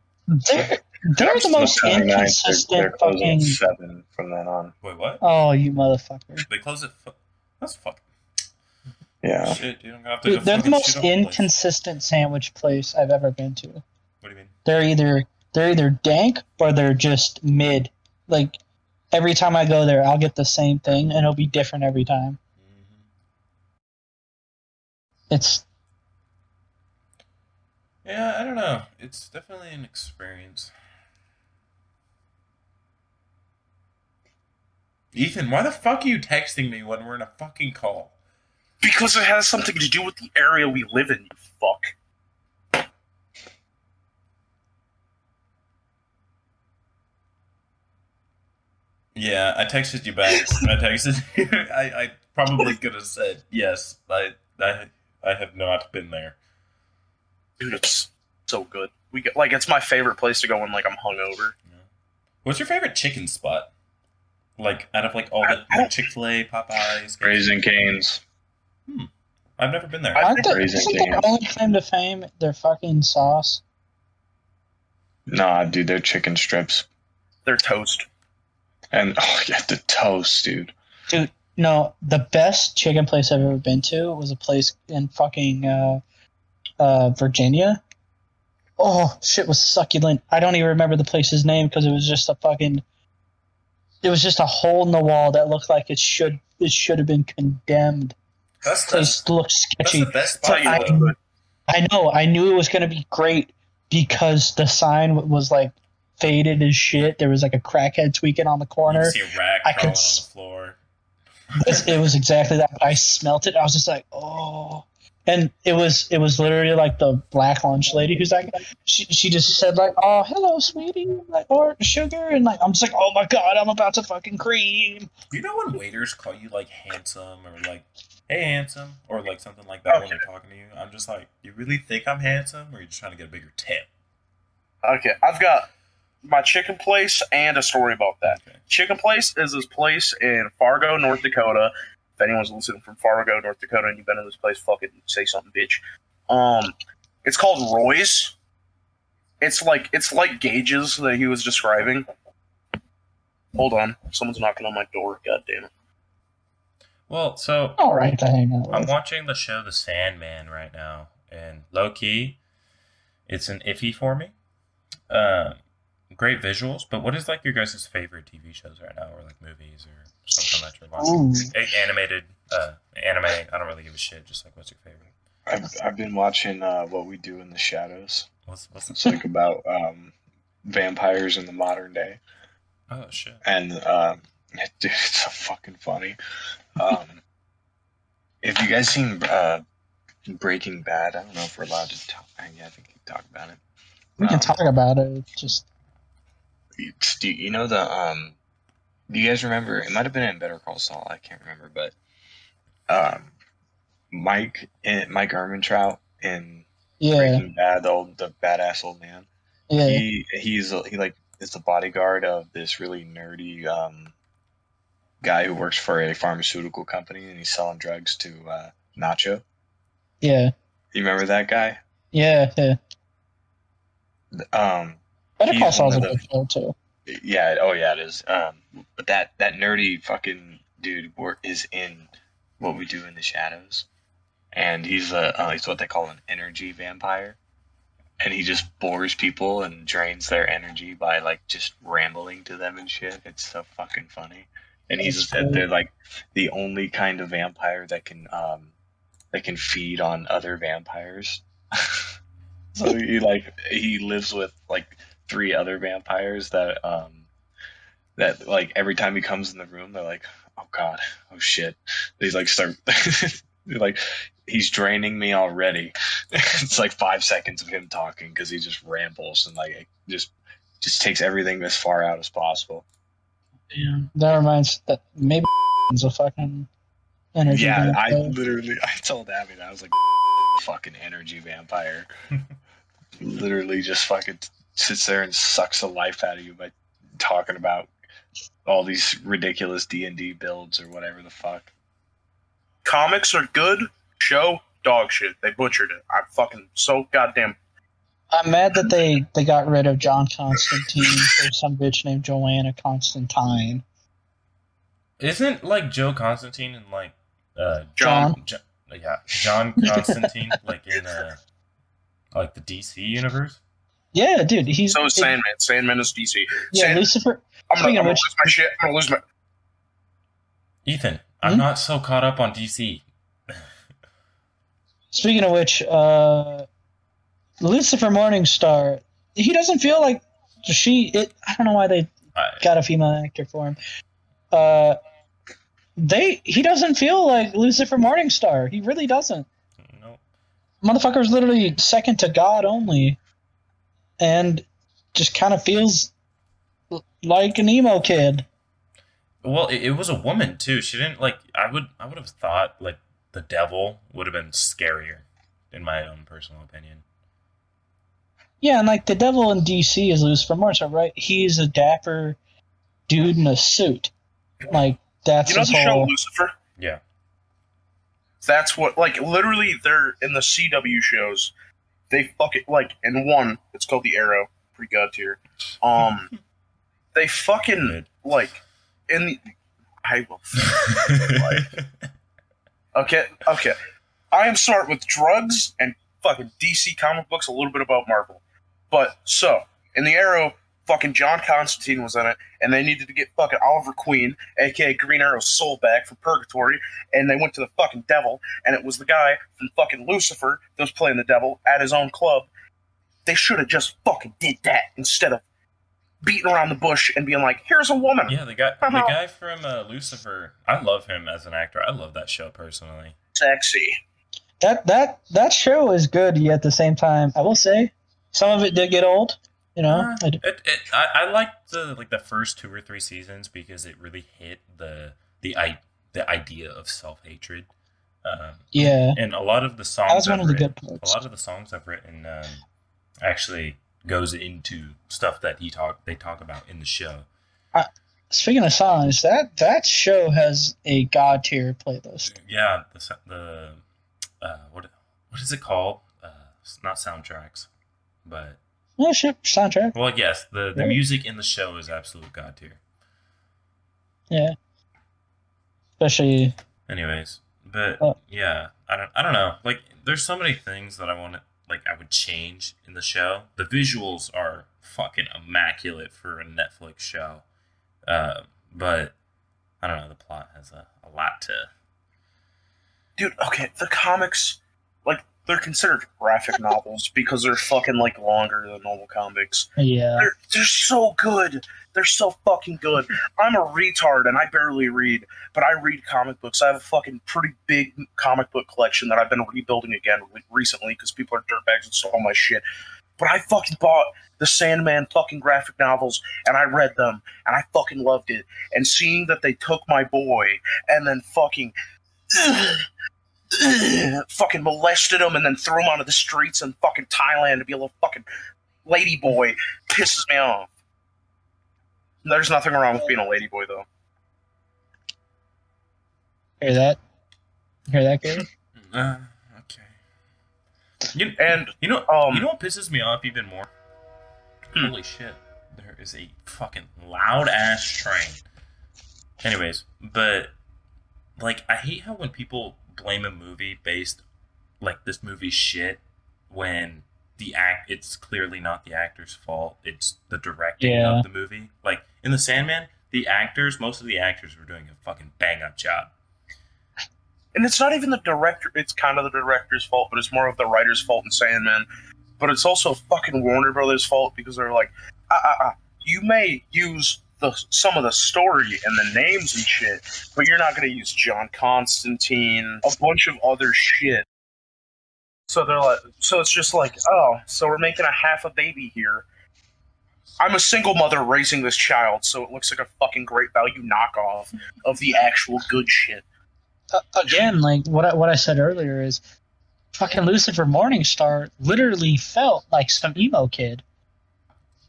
[SPEAKER 3] They're, they're the most
[SPEAKER 2] September 9th, they're,
[SPEAKER 3] inconsistent
[SPEAKER 2] they're closing
[SPEAKER 3] fucking.
[SPEAKER 2] seven from then on.
[SPEAKER 4] Wait, what?
[SPEAKER 3] Oh, you motherfucker.
[SPEAKER 4] They close it. Fu- that's fucking
[SPEAKER 2] Yeah,
[SPEAKER 4] shit, dude. I'm gonna have to.
[SPEAKER 3] Dude,
[SPEAKER 4] go
[SPEAKER 3] they're the
[SPEAKER 4] fucking
[SPEAKER 3] most
[SPEAKER 4] shoot up the place.
[SPEAKER 3] inconsistent sandwich place I've ever been to.
[SPEAKER 4] What do you mean?
[SPEAKER 3] They're either they're either dank or they're just mid. Like every time I go there, I'll get the same thing and it'll be different every time.
[SPEAKER 4] Mhm.
[SPEAKER 3] It's
[SPEAKER 4] Yeah, I don't know. It's definitely an experience. Ethan, why the fuck are you texting me when we're in a fucking call?
[SPEAKER 1] Because it has something to do with the area we live in, you fuck.
[SPEAKER 4] Yeah, I texted you back. I texted (laughs) you. I, I probably could have said yes. I, I I have not been there.
[SPEAKER 1] Dude, it's so good. We get, like it's my favorite place to go when like I'm hungover.
[SPEAKER 4] What's your favorite chicken spot? Like out of like all the
[SPEAKER 1] I- I-
[SPEAKER 4] Chick Fil A, Popeyes.
[SPEAKER 2] Raising Canes.
[SPEAKER 4] I've never been there.
[SPEAKER 1] I
[SPEAKER 3] aren't
[SPEAKER 1] think
[SPEAKER 3] they,
[SPEAKER 2] Raising
[SPEAKER 3] isn't their
[SPEAKER 2] Cane's-
[SPEAKER 3] only claim to fame their fucking sauce?
[SPEAKER 2] Nah, dude, they're chicken strips
[SPEAKER 1] They're toast.
[SPEAKER 2] and (laughs) oh, you have to toast, dude.
[SPEAKER 3] No, the best chicken place I've ever been to was a place in fucking uh, uh, Virginia. Oh, shit was succulent. I don't even remember the place's name because it was just a fucking. It was just a hole in the wall that looked like it should it should have been condemned.
[SPEAKER 4] That's the,
[SPEAKER 3] Place looked
[SPEAKER 4] that's
[SPEAKER 3] sketchy.
[SPEAKER 4] the best
[SPEAKER 1] That's how you
[SPEAKER 3] I-
[SPEAKER 4] spot.
[SPEAKER 1] know
[SPEAKER 4] though.
[SPEAKER 1] good.
[SPEAKER 3] I know. I knew it was going to be great because the sign was like faded as shit. There was like a crackhead tweaking on the corner.
[SPEAKER 4] You see a rag
[SPEAKER 3] I
[SPEAKER 4] crawling
[SPEAKER 3] could
[SPEAKER 4] on
[SPEAKER 3] s-
[SPEAKER 4] the floor.
[SPEAKER 3] It's- it was exactly that. I smelt it. I was just like, oh. And it was it was literally like the black lunch lady who's like, she, she just said like, oh hello sweetie, like or sugar, and like I'm just like, oh my god, I'm about to fucking cream.
[SPEAKER 4] You know when waiters call you like handsome or like hey handsome or like something like that when they're talking to you? I'm just like, you really think I'm handsome or you just trying to get a bigger tip?
[SPEAKER 1] Okay, I've got my chicken place and a story about that.
[SPEAKER 4] Okay.
[SPEAKER 1] Chicken Place is this place in Fargo, North Dakota. If anyone's listening from Fargo, North Dakota, and you've been in this place, fuck it, say something, bitch. Um, it's called Roy's. It's like it's like gauges that he was describing. Hold on, someone's knocking on my door. God damn it!
[SPEAKER 4] Well, so
[SPEAKER 3] All right, I hang out.
[SPEAKER 4] I'm
[SPEAKER 3] With.
[SPEAKER 4] watching the show The Sandman right now, and low key, it's an iffy for me. Um, great visuals, but what is like your guys' favorite TV shows right now, or like movies or something that you're watching?
[SPEAKER 3] Ooh.
[SPEAKER 4] A- Animated, uh, anime. I don't really give a shit. Just like, what's your favorite?
[SPEAKER 2] I've, I've been watching uh, What We Do in the Shadows.
[SPEAKER 4] What's what's the
[SPEAKER 2] It's like about um, vampires in the modern day.
[SPEAKER 4] oh shit?
[SPEAKER 2] and um, (laughs) dude, it's so fucking funny. Um, have you guys seen uh, Breaking Bad? I don't know if we're allowed to talk. Yeah, I think we can talk about it.
[SPEAKER 3] We can
[SPEAKER 2] Um,
[SPEAKER 3] talk about it. It's just
[SPEAKER 2] it's- do you know the um? Do you guys remember? It might have been in Better Call Saul. I can't remember, but um, Mike and Mike Ermintrout in
[SPEAKER 3] yeah,
[SPEAKER 2] Breaking Bad, the old the badass old man.
[SPEAKER 3] yeah.
[SPEAKER 2] he he's he like is the bodyguard of this really nerdy um, guy who works for a pharmaceutical company and he's selling drugs to uh, Nacho.
[SPEAKER 3] Yeah,
[SPEAKER 2] You remember that guy?
[SPEAKER 3] yeah, yeah.
[SPEAKER 2] Um,
[SPEAKER 3] Better
[SPEAKER 2] He's
[SPEAKER 3] Call Saul's a
[SPEAKER 2] one of
[SPEAKER 3] good show too.
[SPEAKER 2] yeah. Oh yeah, it is. Um, but that that nerdy fucking dude wor- is in what we do in the shadows, and he's a uh, he's what they call an energy vampire. And he just bores people and drains their energy by like just rambling to them and shit. It's so fucking funny. And he's
[SPEAKER 3] That's cool.
[SPEAKER 2] they're like the only kind of vampire that can um that can feed on other vampires. (laughs) so he like he lives with like three other vampires that um that like every time he comes in the room they're like oh god oh shit they like start (laughs) they're like he's draining me already (laughs) it's like five seconds of him talking because he just rambles and like it just just takes everything as far out as possible
[SPEAKER 3] That reminds that maybe (laughs) is a fucking energy.
[SPEAKER 2] yeah
[SPEAKER 3] drink,
[SPEAKER 2] i
[SPEAKER 3] though.
[SPEAKER 2] literally i told abby that i was like (laughs) fucking energy (laughs) vampire literally just fucking sits there and sucks the life out of you by talking about all these ridiculous d&d builds or whatever the fuck
[SPEAKER 1] Comics are good. Show dog shit. They butchered it. I'm fucking so goddamn.
[SPEAKER 3] I'm mad that they they got rid of John Constantine for some bitch named Joanna Constantine.
[SPEAKER 4] Isn't like Joe Constantine and like uh,
[SPEAKER 1] John.
[SPEAKER 4] Jo- yeah, John Constantine like in uh, like the DC universe?
[SPEAKER 3] Yeah, dude, he's
[SPEAKER 1] So is Sandman. Sandman is DC.
[SPEAKER 3] yeah
[SPEAKER 1] Sand-
[SPEAKER 3] Lucifer.
[SPEAKER 1] I'm gonna,
[SPEAKER 3] Speaking
[SPEAKER 1] I'm
[SPEAKER 3] of
[SPEAKER 1] gonna
[SPEAKER 3] which-
[SPEAKER 1] lose my shit. I'm gonna lose my.
[SPEAKER 4] Ethan, I'm
[SPEAKER 3] Hmm?
[SPEAKER 4] not so caught up on DC.
[SPEAKER 3] Speaking of which, uh, Lucifer Morningstar, he doesn't feel like she. It, I don't know why they
[SPEAKER 4] I,
[SPEAKER 3] got a female actor for him. Uh, they he doesn't feel like Lucifer Morningstar. He really doesn't.
[SPEAKER 4] no,
[SPEAKER 3] Motherfucker's literally second to God only, and just kind of feels l- like an emo kid.
[SPEAKER 4] Well, it, it was a woman too. She didn't like. I would. I would have thought like the devil would have been scarier, in my own personal opinion.
[SPEAKER 3] Yeah, and like the devil in DC is Lucifer Morningstar, right? He's a dapper dude in a suit. Like that's
[SPEAKER 1] You know
[SPEAKER 3] his
[SPEAKER 1] the show
[SPEAKER 3] whole.
[SPEAKER 1] Lucifer?
[SPEAKER 4] Yeah. (laughs)
[SPEAKER 1] That's what, like, literally, they're in the CW shows. They fuck it, like, in one, it's called The Arrow, pretty god tier. Um, they fucking,
[SPEAKER 4] Good.
[SPEAKER 1] like, in the. I will. Okay, okay. I am smart with drugs and fucking DC comic books, a little bit about Marvel. But, so, in The Arrow, fucking John Constantine was in it, and they needed to get fucking Oliver Queen, aka Green Arrow's soul back from Purgatory, and they went to the fucking devil, and it was the guy from fucking Lucifer that was playing the devil at his own club. They should have just fucking did that instead of beating around the bush and being like, here's a woman.
[SPEAKER 4] yeah, the guy. The guy from uh, Lucifer. I love him as an actor. I love that show personally.
[SPEAKER 1] Sexy.
[SPEAKER 3] that that that show is good. Yet at the same time, I will say some of it did get old. You know, I d-
[SPEAKER 4] It, it, I, I liked the like the first two or three seasons because it really hit the the i the idea of self hatred. Um,
[SPEAKER 3] yeah,
[SPEAKER 4] and a lot of the songs.
[SPEAKER 3] that was one
[SPEAKER 4] I've
[SPEAKER 3] of the
[SPEAKER 4] written-
[SPEAKER 3] good
[SPEAKER 4] a
[SPEAKER 3] parts.
[SPEAKER 4] lot of the songs I've written um, actually goes into stuff that he talk they talk about in the show.
[SPEAKER 3] Speaking of songs, that that show has a god tier playlist.
[SPEAKER 4] Yeah, the s- the uh, what what is it called? Uh, it's not soundtracks, but
[SPEAKER 3] Oh shit, soundtrack.
[SPEAKER 4] well, yes, the the
[SPEAKER 3] Yeah.
[SPEAKER 4] music in the show is absolute god tier.
[SPEAKER 3] Yeah, especially
[SPEAKER 4] Anyways, but
[SPEAKER 3] Uh.
[SPEAKER 4] yeah, I don't I don't know. Like, there's so many things that I want to like I would change in the show. The visuals are fucking immaculate for a Netflix show, uh, but I don't know. The plot has a, a lot to.
[SPEAKER 1] dude okay the comics like they're considered graphic novels because they're fucking like longer than normal comics
[SPEAKER 3] yeah.
[SPEAKER 1] they're, they're so good they're so fucking good i'm a retard and i barely read but i read comic books i have a fucking pretty big comic book collection that i've been rebuilding again re- recently because people are dirtbags and stole my shit but i fucking bought the sandman fucking graphic novels and i read them and i fucking loved it and seeing that they took my boy and then fucking (clears throat) fucking molested him and then threw him onto the streets in fucking Thailand to be a little fucking lady boy pisses me off. There's nothing wrong with being a lady boy though.
[SPEAKER 3] Hear that? Hear that, Gary?
[SPEAKER 4] Uh, okay. You
[SPEAKER 1] And
[SPEAKER 4] you know
[SPEAKER 1] Um,
[SPEAKER 4] you know what pisses me off even more?
[SPEAKER 1] Hmm.
[SPEAKER 4] Holy shit! There is a fucking loud ass train. Anyways, but like I hate how when people blame a movie based like this movie's shit when the act it's clearly not the actor's fault. It's the directing
[SPEAKER 3] Yeah.
[SPEAKER 4] of the movie. Like in The Sandman, the actors most of the actors were doing a fucking bang up job.
[SPEAKER 1] and it's not even the director it's kind of the director's fault, but it's more of the writer's fault in Sandman. But it's also fucking Warner Brothers' fault because they're like, ah, ah, ah, you may use the some of the story and the names and shit, but you're not gonna use John Constantine, a bunch of other shit. So they're like, so it's just like, oh, so we're making a half a baby here. I'm a single mother raising this child, so it looks like a fucking great value knockoff of the actual good shit.
[SPEAKER 3] uh, again, like what I, what I said earlier is, fucking Lucifer Morningstar literally felt like some emo kid.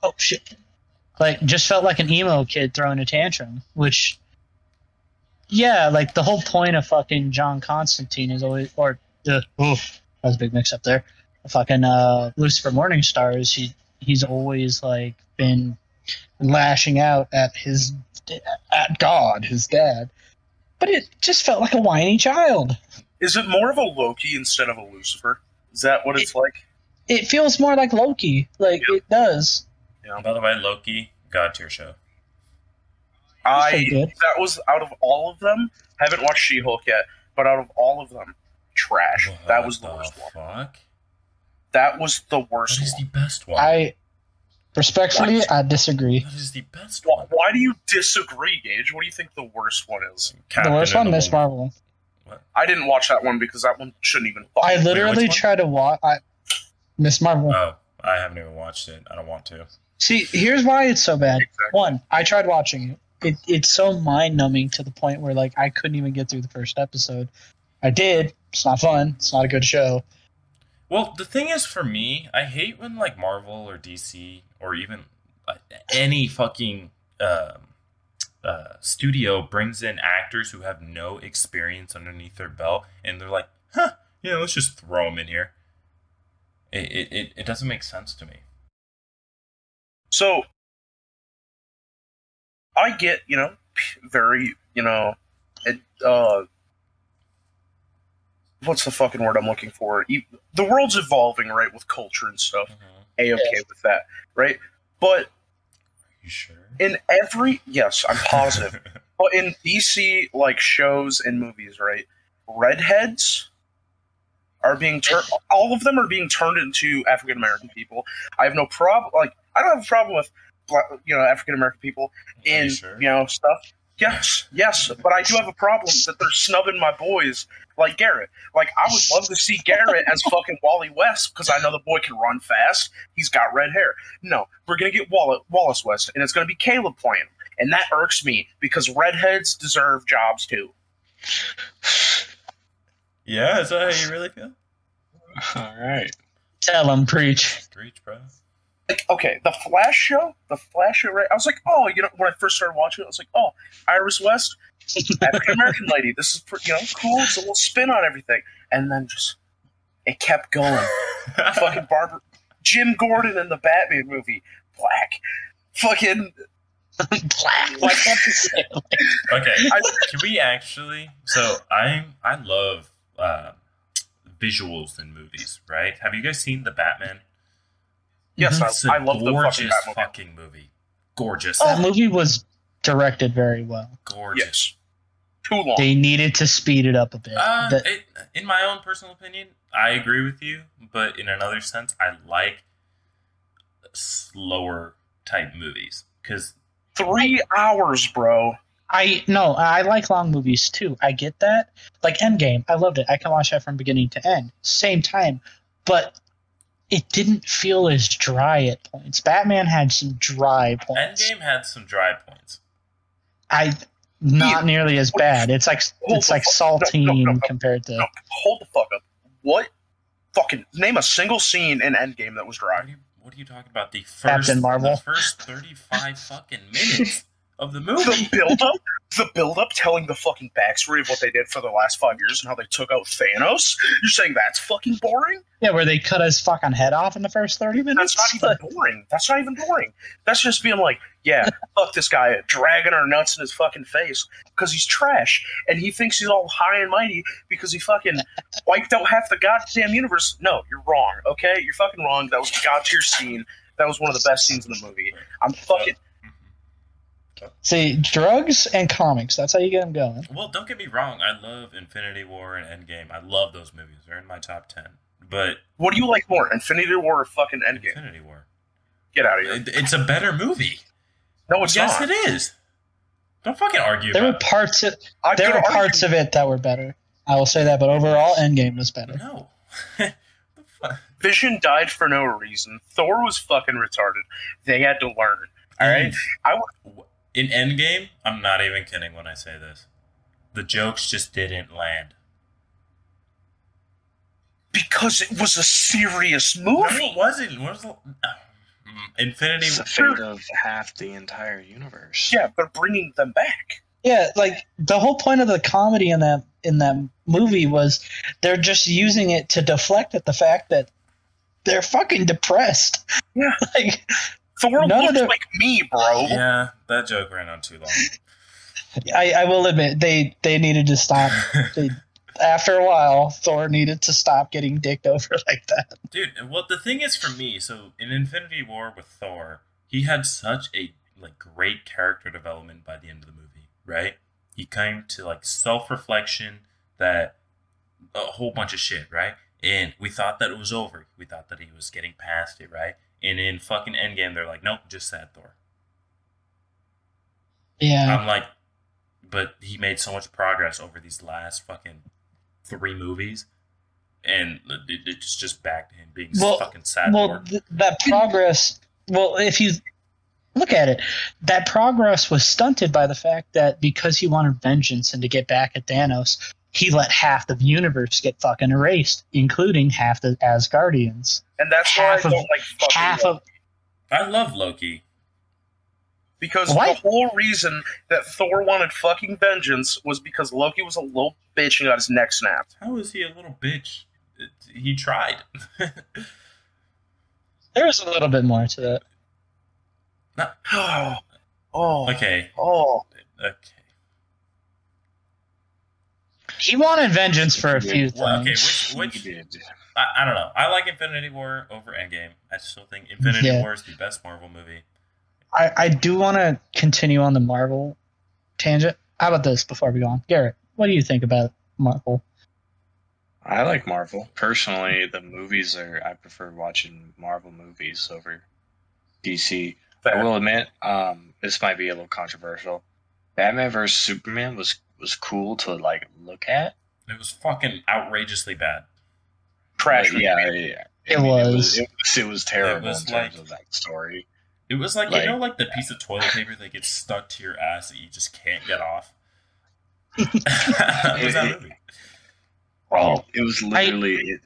[SPEAKER 3] Oh shit! Like just felt like an emo kid throwing a tantrum, which. Yeah, like the whole point of fucking John Constantine is always, or uh, oh, that was a big mix up there. Fucking uh, Lucifer Morningstars. He he's always like been lashing out at his at God, his dad. But it just felt like a whiny child.
[SPEAKER 1] Is it more of a Loki instead of a Lucifer? Is that what it's like?
[SPEAKER 3] It feels more like Loki. Like it does.
[SPEAKER 4] By the way, Loki, god tier show.
[SPEAKER 1] I
[SPEAKER 3] good.
[SPEAKER 1] that was out of all of them. Haven't watched She-Hulk yet, but out of all of them, trash. that was the worst one.
[SPEAKER 4] Fuck.
[SPEAKER 1] That was the
[SPEAKER 4] That
[SPEAKER 1] worst
[SPEAKER 4] is the
[SPEAKER 1] one.
[SPEAKER 4] best one.
[SPEAKER 3] I respectfully, I disagree.
[SPEAKER 4] That is the best
[SPEAKER 1] Why,
[SPEAKER 4] one.
[SPEAKER 1] why do you disagree, Gage? What do you think the worst one is?
[SPEAKER 4] Captain
[SPEAKER 3] the worst
[SPEAKER 4] and
[SPEAKER 3] one,
[SPEAKER 4] the
[SPEAKER 3] Miss
[SPEAKER 4] Woman.
[SPEAKER 3] Marvel.
[SPEAKER 4] What?
[SPEAKER 1] I didn't watch that one because that one shouldn't even.
[SPEAKER 3] I
[SPEAKER 1] fucking-
[SPEAKER 3] literally
[SPEAKER 4] which one?
[SPEAKER 3] try to watch I, Miss Marvel.
[SPEAKER 4] Oh, I haven't even watched it. I don't want to.
[SPEAKER 3] See, here's why it's so bad.
[SPEAKER 1] Exactly.
[SPEAKER 3] One, I tried watching it. it it's so mind numbing to the point where like I couldn't even get through the first episode. I did. It's not fun. It's not a good show.
[SPEAKER 4] Well, the thing is, for me, I hate when like Marvel or DC or even uh, any fucking um, uh, studio brings in actors who have no experience underneath their belt, and they're like, "Huh, yeah, let's just throw them in here." It it, it, it doesn't make sense to me.
[SPEAKER 1] So I get, you know, p- very, you know, it, uh, what's the fucking word I'm looking for? E- The world's evolving, right, with culture and stuff. A okay with that, right? But
[SPEAKER 4] You sure?
[SPEAKER 1] in every, yes, I'm
[SPEAKER 4] (laughs)
[SPEAKER 1] positive. but in DC, like shows and movies, right? Redheads are being turned. All of them are being turned into African American people. I have no problem. Like I don't have a problem with black, you know African American people
[SPEAKER 4] Are
[SPEAKER 1] in
[SPEAKER 4] you
[SPEAKER 1] you,
[SPEAKER 4] sure?
[SPEAKER 1] know stuff. Yes, yes, but I do have a problem that they're snubbing my boys like Garrett. Like I would love to see Garrett as fucking Wally West because I know the boy can run fast. He's got red hair. No, we're gonna get Wall- Wallace West, and it's gonna be Caleb playing, him. and that irks me because redheads deserve jobs too.
[SPEAKER 4] Yeah, is that how you really feel?
[SPEAKER 2] (laughs) All right.
[SPEAKER 3] Tell them, preach. (laughs)
[SPEAKER 4] Reach, bro.
[SPEAKER 1] like okay, the Flash show, the Flash show, right? I was like, oh, you know, when I first started watching it, I was like, oh, Iris West, African American lady. This is pretty, you know cool. It's a little spin on everything, and then just it kept going. Fucking Barbara, Jim Gordon in the Batman movie, black. Fucking
[SPEAKER 3] Black. Why can't you say it?
[SPEAKER 4] okay can we actually so i i love uh, visuals in movies right have you guys seen the batman
[SPEAKER 1] yes,
[SPEAKER 4] It's a
[SPEAKER 1] I, I love the fucking
[SPEAKER 4] gorgeous
[SPEAKER 1] Batman.
[SPEAKER 4] fucking movie gorgeous
[SPEAKER 3] That movie was directed very well.
[SPEAKER 4] gorgeous
[SPEAKER 1] Yes, too long.
[SPEAKER 3] They needed to speed it up a bit.
[SPEAKER 4] uh,
[SPEAKER 3] The-
[SPEAKER 4] it, in my own personal opinion i agree with you but in another sense i like slower type movies because
[SPEAKER 1] Three hours, bro.
[SPEAKER 3] I no, I like long movies too. I get that. Like Endgame, I loved it. I can watch that from beginning to end, same time. But it didn't feel as dry at points. Batman had some dry points.
[SPEAKER 4] endgame had some dry points
[SPEAKER 3] I not nearly as bad. It's like it's like saltine
[SPEAKER 1] Oh, No, no, no, no.
[SPEAKER 3] compared to.
[SPEAKER 1] No, hold the fuck up. What? Fucking name a single scene in Endgame that was dry.
[SPEAKER 4] What are you, what are you talking about? The first,
[SPEAKER 3] Captain Marvel.
[SPEAKER 4] the first thirty-five fucking minutes of the
[SPEAKER 1] the
[SPEAKER 3] (laughs)
[SPEAKER 4] movie.
[SPEAKER 1] build up, the build up telling the fucking backstory of what they did for the last five years and how they took out Thanos. You're saying that's fucking boring?
[SPEAKER 3] Yeah, where they cut his fucking head off in the first thirty minutes.
[SPEAKER 1] That's not even boring. That's not even boring. That's just being like, yeah, (laughs) fuck this guy, dragging our nuts in his fucking face because he's trash and he thinks he's all high and mighty because he fucking wiped out half the goddamn universe. No, you're wrong. Okay, you're fucking wrong. That was a god tier scene. That was one of the best scenes in the movie. I'm fucking.
[SPEAKER 3] See, drugs and comics. That's how you get them going.
[SPEAKER 4] Well, don't get me wrong. I love Infinity War and Endgame. I love those movies. They're in my top ten. But
[SPEAKER 1] What do you like more, Infinity War or fucking Endgame?
[SPEAKER 4] Infinity War,
[SPEAKER 1] Get out of here.
[SPEAKER 4] it, it's a better movie.
[SPEAKER 1] No, it's
[SPEAKER 4] yes,
[SPEAKER 1] not.
[SPEAKER 4] it is. Don't fucking argue
[SPEAKER 3] There were
[SPEAKER 4] about
[SPEAKER 3] parts of
[SPEAKER 1] I
[SPEAKER 3] there
[SPEAKER 1] could
[SPEAKER 3] were
[SPEAKER 1] argue-
[SPEAKER 3] parts of it that were better. I will say that, but overall, Endgame was
[SPEAKER 4] it.
[SPEAKER 3] better.
[SPEAKER 4] No. (laughs) The fuck?
[SPEAKER 1] Vision died for no reason. Thor was fucking retarded. They had to learn. All right. I would-
[SPEAKER 4] In Endgame, I'm not even kidding when I say this. The jokes just didn't land.
[SPEAKER 1] because it was a serious
[SPEAKER 4] No,
[SPEAKER 1] movie.
[SPEAKER 4] it wasn't. What was the... (sighs) Infinity
[SPEAKER 2] It's the fate of half the entire universe.
[SPEAKER 1] Yeah, they're bringing them back.
[SPEAKER 3] Yeah, like the whole point of the comedy in that in that movie was they're just using it to deflect at the fact that they're fucking depressed.
[SPEAKER 1] Yeah.
[SPEAKER 3] (laughs) Like
[SPEAKER 1] Thor
[SPEAKER 3] None of
[SPEAKER 1] looks
[SPEAKER 3] the-
[SPEAKER 1] like me, bro.
[SPEAKER 4] Yeah, that joke ran on too long.
[SPEAKER 3] I, I will admit they they needed to stop
[SPEAKER 4] (laughs)
[SPEAKER 3] they, after a while Thor needed to stop getting dicked over (laughs) like that.
[SPEAKER 4] Dude, well, the thing is for me, so in Infinity War with Thor, he had such a like great character development by the end of the movie, right? He came to like self reflection, that a whole bunch of shit, right? And we thought that it was over. We thought that he was getting past it, right? And in fucking Endgame, they're like, nope, just sad Thor.
[SPEAKER 3] Yeah.
[SPEAKER 4] I'm like, but he made so much progress over these last fucking three movies, and it, it's just back to him being
[SPEAKER 3] Well-
[SPEAKER 4] fucking sad.
[SPEAKER 3] well,
[SPEAKER 4] for it.
[SPEAKER 3] th- that progress. Well, if you look at it, that progress was stunted by the fact that because he wanted vengeance and to get back at Thanos, he let half the universe get fucking erased, including half the Asgardians.
[SPEAKER 1] And that's why I
[SPEAKER 3] Half of-
[SPEAKER 1] don't like fucking
[SPEAKER 3] Half
[SPEAKER 1] Loki.
[SPEAKER 3] of
[SPEAKER 4] I love Loki.
[SPEAKER 1] because
[SPEAKER 3] What?
[SPEAKER 1] the whole reason that Thor wanted fucking vengeance was because Loki was a little bitch and got his neck snapped. (gasps)
[SPEAKER 4] How is he a little bitch? It, he tried. (laughs)
[SPEAKER 3] there's a little bit more to that.
[SPEAKER 1] oh, oh,
[SPEAKER 4] okay,
[SPEAKER 1] oh.
[SPEAKER 4] okay.
[SPEAKER 3] He wanted vengeance for a few things.
[SPEAKER 4] Well, okay. Which
[SPEAKER 2] He
[SPEAKER 4] which
[SPEAKER 2] did.
[SPEAKER 4] I, I don't know. I like Infinity War over Endgame. I still think Infinity
[SPEAKER 3] Yeah.
[SPEAKER 4] War is the best Marvel movie.
[SPEAKER 3] I, I do want to continue on the Marvel tangent. How about this before we go on, Garrett? What do you think about Marvel?
[SPEAKER 2] I like Marvel personally. The movies are. I prefer watching Marvel movies over DC. I will admit, um, this might be a little controversial. Batman vs Superman was was cool to like look at.
[SPEAKER 4] It was fucking outrageously bad.
[SPEAKER 1] Trash.
[SPEAKER 2] But yeah, yeah.
[SPEAKER 3] It
[SPEAKER 2] It
[SPEAKER 3] was.
[SPEAKER 2] was, it was. It was terrible
[SPEAKER 4] was
[SPEAKER 2] in terms
[SPEAKER 4] like-
[SPEAKER 2] of that story.
[SPEAKER 4] It was like,
[SPEAKER 2] Like-
[SPEAKER 4] you know, like the piece of toilet paper that gets stuck to your ass that you just can't get off. (laughs) it was that movie.
[SPEAKER 2] Oh, it was literally. it,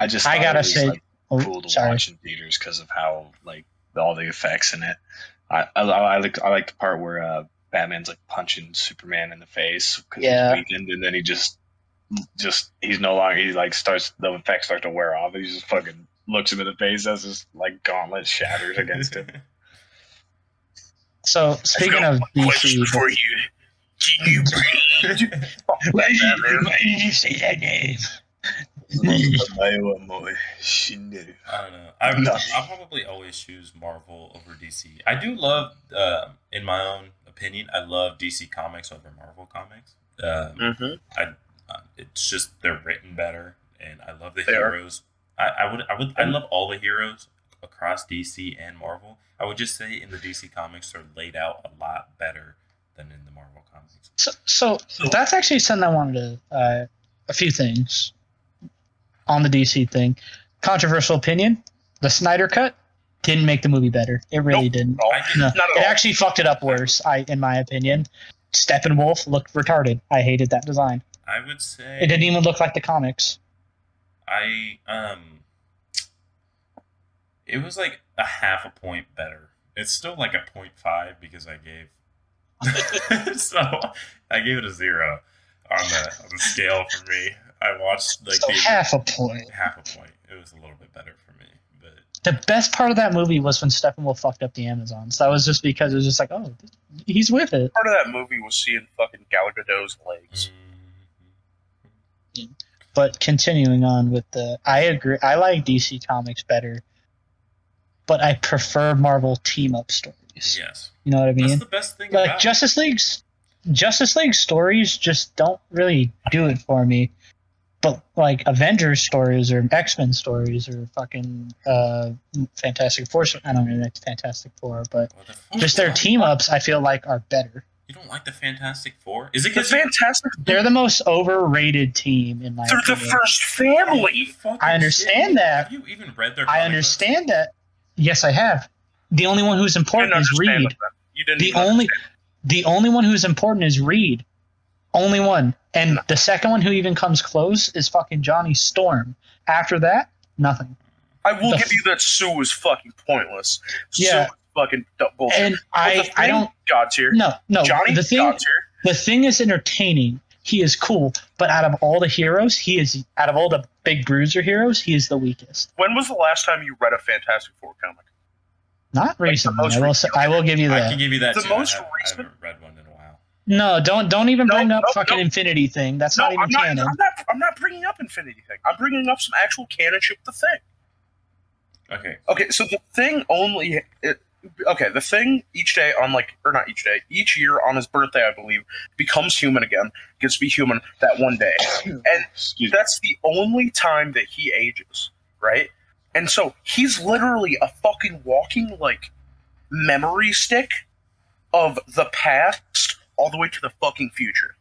[SPEAKER 2] I just.
[SPEAKER 3] I
[SPEAKER 2] thought it
[SPEAKER 3] gotta
[SPEAKER 2] was,
[SPEAKER 3] say,
[SPEAKER 2] like,
[SPEAKER 3] Oh,
[SPEAKER 2] cool to
[SPEAKER 3] sorry.
[SPEAKER 2] watch in theaters because of how like all the effects in it. I I, I like I like the part where uh, Batman's like punching Superman in the face because
[SPEAKER 3] Yeah.
[SPEAKER 2] he's weakened, and then he just just he's no longer he like starts the effects start to wear off. And he just fucking looks him in the face as his like gauntlet shatters against (laughs) him.
[SPEAKER 3] So speaking
[SPEAKER 1] got
[SPEAKER 3] of DC,
[SPEAKER 1] you. Can
[SPEAKER 3] (laughs)
[SPEAKER 1] you
[SPEAKER 4] (laughs)
[SPEAKER 1] breathe?
[SPEAKER 3] Why
[SPEAKER 1] did you-
[SPEAKER 3] did you say that name?
[SPEAKER 2] "Oh,
[SPEAKER 4] I don't know. I,
[SPEAKER 2] No.
[SPEAKER 4] I'll probably always choose Marvel over DC. I do love, uh, in my own opinion, I love DC Comics over Marvel Comics. Um,
[SPEAKER 1] mm-hmm.
[SPEAKER 4] uh, it's just they're written better, and I love the
[SPEAKER 1] They are.
[SPEAKER 4] heroes. I, I would, I would, I love all the heroes across DC and Marvel. I would just say in the DC comics they're laid out a lot better than in the Marvel comics.
[SPEAKER 3] So, so that's actually something I wanted to. Uh, a few things on the DC thing. Controversial opinion: the Snyder cut didn't make the movie better. It really
[SPEAKER 1] Nope.
[SPEAKER 3] didn't.
[SPEAKER 1] No,
[SPEAKER 4] I did-
[SPEAKER 3] No,
[SPEAKER 1] not at
[SPEAKER 3] it
[SPEAKER 1] all.
[SPEAKER 3] actually fucked it up worse. I, in my opinion, Steppenwolf looked retarded. I hated that design.
[SPEAKER 4] I would say
[SPEAKER 3] It didn't even look like the comics.
[SPEAKER 4] I um it was like a half a point better. It's still like a point five because I gave (laughs) so I gave it a zero on the on the scale for me. I watched like
[SPEAKER 3] so
[SPEAKER 4] the
[SPEAKER 3] half a point.
[SPEAKER 4] half a point. It was a little bit better for me, but
[SPEAKER 3] The best part of that movie was when Steppenwolf fucked up the Amazons. That was just because it was just like, oh, he's with it.
[SPEAKER 1] Part of that movie was seeing fucking Gal Gadot's
[SPEAKER 4] mm,
[SPEAKER 1] legs.
[SPEAKER 3] but continuing on with the i agree i like dc comics better but i prefer marvel team up stories
[SPEAKER 4] yes,
[SPEAKER 3] you know what i
[SPEAKER 4] that's
[SPEAKER 3] mean
[SPEAKER 4] the best thing.
[SPEAKER 3] like
[SPEAKER 4] about it.
[SPEAKER 3] justice league's justice league stories just don't really do it for me but like avengers stories or x-men stories or fucking uh fantastic four i don't know that's fantastic four but
[SPEAKER 4] What the fuck?
[SPEAKER 3] just their team ups i feel like are better
[SPEAKER 4] You don't like the Fantastic Four? Is it
[SPEAKER 1] The
[SPEAKER 4] because
[SPEAKER 1] Fantastic.
[SPEAKER 3] they're the most overrated team in my
[SPEAKER 1] They're the
[SPEAKER 3] opinion.
[SPEAKER 1] first family.
[SPEAKER 3] I understand that.
[SPEAKER 4] Have you even read their?
[SPEAKER 3] I
[SPEAKER 4] comic
[SPEAKER 3] understand that. Yes, I have. The only one who's
[SPEAKER 1] You didn't
[SPEAKER 3] important is
[SPEAKER 1] understand
[SPEAKER 3] Reed.
[SPEAKER 1] that. You didn't.
[SPEAKER 3] The
[SPEAKER 1] even
[SPEAKER 3] only, the only one who's important is Reed. Only one, and
[SPEAKER 1] No.
[SPEAKER 3] the second one who even comes close is fucking Johnny Storm. After that, nothing.
[SPEAKER 1] I will
[SPEAKER 3] The-
[SPEAKER 1] give you that Sue was fucking pointless. Sue
[SPEAKER 3] Yeah.
[SPEAKER 1] was fucking du- bullshit.
[SPEAKER 3] And
[SPEAKER 1] But
[SPEAKER 3] I,
[SPEAKER 1] the
[SPEAKER 3] I
[SPEAKER 1] thing
[SPEAKER 3] don't.
[SPEAKER 1] God's here.
[SPEAKER 3] No, no.
[SPEAKER 1] Johnny
[SPEAKER 3] the thing,
[SPEAKER 1] God's here.
[SPEAKER 3] the thing is entertaining. He is cool, but out of all the heroes, he is out of all the big bruiser heroes, he is the weakest.
[SPEAKER 1] When was the last time you read a Fantastic Four comic?
[SPEAKER 3] Not
[SPEAKER 1] the
[SPEAKER 3] recently.
[SPEAKER 1] most
[SPEAKER 3] I will. Say, I will give you
[SPEAKER 4] I
[SPEAKER 3] that.
[SPEAKER 4] can give you that
[SPEAKER 1] The
[SPEAKER 4] too.
[SPEAKER 1] most
[SPEAKER 4] I, have,
[SPEAKER 1] recent-
[SPEAKER 4] I haven't read one in a while.
[SPEAKER 3] No, don't don't even
[SPEAKER 1] No,
[SPEAKER 3] bring up
[SPEAKER 1] no,
[SPEAKER 3] fucking
[SPEAKER 1] no.
[SPEAKER 3] Infinity thing. That's
[SPEAKER 1] No,
[SPEAKER 3] not even
[SPEAKER 1] I'm, not, I'm
[SPEAKER 3] canon.
[SPEAKER 1] not. I'm not bringing up Infinity thing. I'm bringing up some actual canon shit. with The thing.
[SPEAKER 4] Okay.
[SPEAKER 1] Okay, so the thing only. It, okay, the thing each day on like, or not each day, each year on his birthday, I believe, becomes human again. Gets to be human that one day.
[SPEAKER 2] Excuse me.
[SPEAKER 1] That's the only time that he ages, right? And so he's literally a fucking walking like memory stick of the past all the way to the fucking future.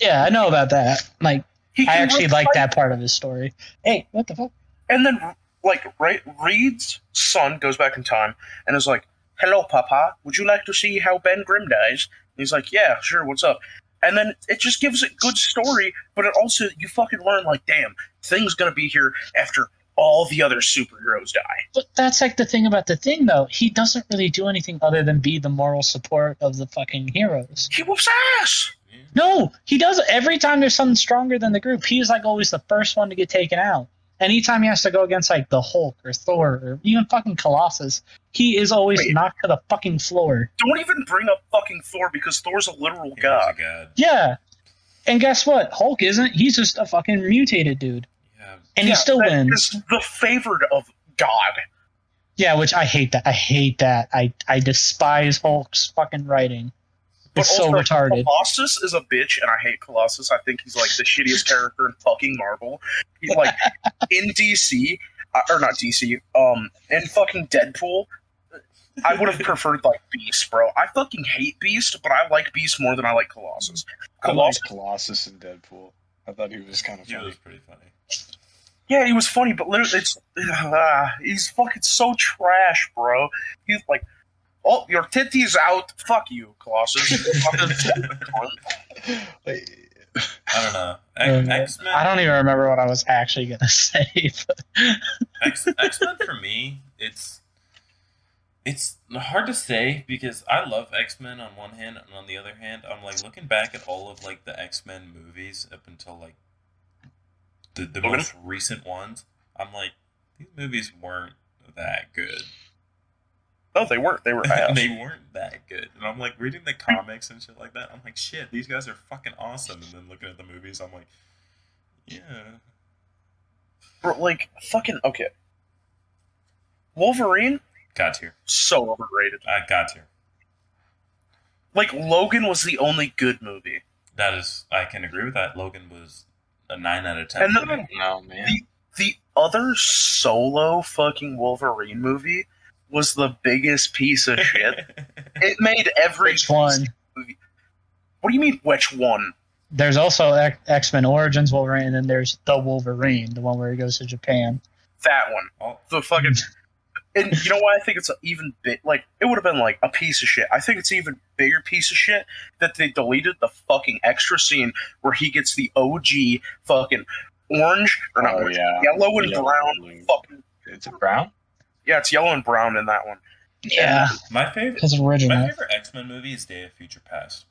[SPEAKER 3] Yeah, I know about that. Like,
[SPEAKER 1] He
[SPEAKER 3] I
[SPEAKER 1] can
[SPEAKER 3] actually
[SPEAKER 1] look
[SPEAKER 3] like that part of his story. Hey, what the fuck?
[SPEAKER 1] And then, like, right, Reed's son goes back in time and is like, "Hello, Papa. Would you like to see how Ben Grimm dies?" And he's like, "Yeah, sure. What's up?" And then it just gives a good story, but it also you fucking learn like, damn, thing's gonna be here after all the other superheroes die.
[SPEAKER 3] But that's like the thing about the thing, though. He doesn't really do anything other than be the moral support of the fucking heroes.
[SPEAKER 1] He whoops ass.
[SPEAKER 4] Yeah.
[SPEAKER 3] No, he does. Every time there's something stronger than the group, he's like always the first one to get taken out. Anytime he has to go against like the Hulk or Thor or even fucking Colossus, he is always
[SPEAKER 1] Wait.
[SPEAKER 3] knocked to the fucking floor.
[SPEAKER 1] Don't even bring up fucking Thor because Thor's a literal
[SPEAKER 4] He was
[SPEAKER 1] god.
[SPEAKER 4] a god.
[SPEAKER 3] Yeah. And guess what? Hulk isn't. He's just a fucking mutated dude.
[SPEAKER 4] Yeah.
[SPEAKER 3] And
[SPEAKER 1] Yeah,
[SPEAKER 3] he still
[SPEAKER 1] that
[SPEAKER 3] wins.
[SPEAKER 1] is the favored of God.
[SPEAKER 3] Yeah, which I hate that. I hate that. I, I despise Hulk's fucking writing. It's so
[SPEAKER 1] also,
[SPEAKER 3] retarded.
[SPEAKER 1] Colossus is a bitch, and I hate Colossus. I think he's like the shittiest character in fucking Marvel. He, like in DC, uh, or not DC, um, in fucking Deadpool, I would have preferred like Beast, bro. I fucking hate Beast, but I like Beast more than I like Colossus.
[SPEAKER 2] I like
[SPEAKER 1] Colossus,
[SPEAKER 2] Colossus and Deadpool. I thought he was kind of
[SPEAKER 4] He
[SPEAKER 2] funny.
[SPEAKER 4] was pretty funny.
[SPEAKER 1] yeah, he was funny, but literally, it's (sighs) ah, he's fucking so trash, bro. He's like. Oh, your titty's out. Fuck you, Colossus. You fucking stupid cunt.
[SPEAKER 2] (laughs) Like,
[SPEAKER 4] (laughs) I don't know.
[SPEAKER 3] Um,
[SPEAKER 4] X Men.
[SPEAKER 3] I don't even remember what I was actually gonna (laughs) say. but-
[SPEAKER 4] X Men for me, it's it's hard to say because I love X Men on one hand, and on the other hand, I'm like looking back at all of like the X Men movies up until like the, the
[SPEAKER 1] Okay.
[SPEAKER 4] most recent ones. I'm like these movies weren't that good.
[SPEAKER 1] No, they weren't. They were ass.
[SPEAKER 4] (laughs) they weren't that good, and I'm like reading the comics and shit like that. I'm like shit, these guys are fucking awesome. And then looking at the movies, I'm like, yeah,
[SPEAKER 1] Bro, like fucking okay. Wolverine
[SPEAKER 4] got here,
[SPEAKER 1] so overrated.
[SPEAKER 4] I got here.
[SPEAKER 1] Like Logan was the only good movie.
[SPEAKER 4] That is, I can agree with that. Logan was a nine out of ten.
[SPEAKER 1] And
[SPEAKER 4] for
[SPEAKER 1] then-
[SPEAKER 4] me.
[SPEAKER 2] No Oh, man.
[SPEAKER 1] The other solo fucking Wolverine movie was the biggest piece of shit.
[SPEAKER 3] (laughs)
[SPEAKER 4] (laughs)
[SPEAKER 1] it made every
[SPEAKER 3] Which one?
[SPEAKER 1] What do you mean which one?
[SPEAKER 3] There's also X Men Origins Wolverine, and then there's the Wolverine, the one where he goes to Japan.
[SPEAKER 1] That one.
[SPEAKER 4] Oh,
[SPEAKER 1] The
[SPEAKER 3] (laughs)
[SPEAKER 1] fucking And you know why I think it's an even bit like it would have been like a piece of shit. I think it's an even bigger piece of shit that they deleted the fucking extra scene where he gets the OG fucking orange or not
[SPEAKER 2] Oh,
[SPEAKER 1] orange,
[SPEAKER 2] yeah.
[SPEAKER 1] yellow and
[SPEAKER 2] Yellow
[SPEAKER 1] brown
[SPEAKER 2] and blue.
[SPEAKER 1] fucking
[SPEAKER 2] It's a brown.
[SPEAKER 1] yeah, it's yellow and brown in that one.
[SPEAKER 3] Yeah,
[SPEAKER 4] my favorite,
[SPEAKER 3] his
[SPEAKER 4] my
[SPEAKER 3] original.
[SPEAKER 4] favorite X Men movie is Day of Future Past.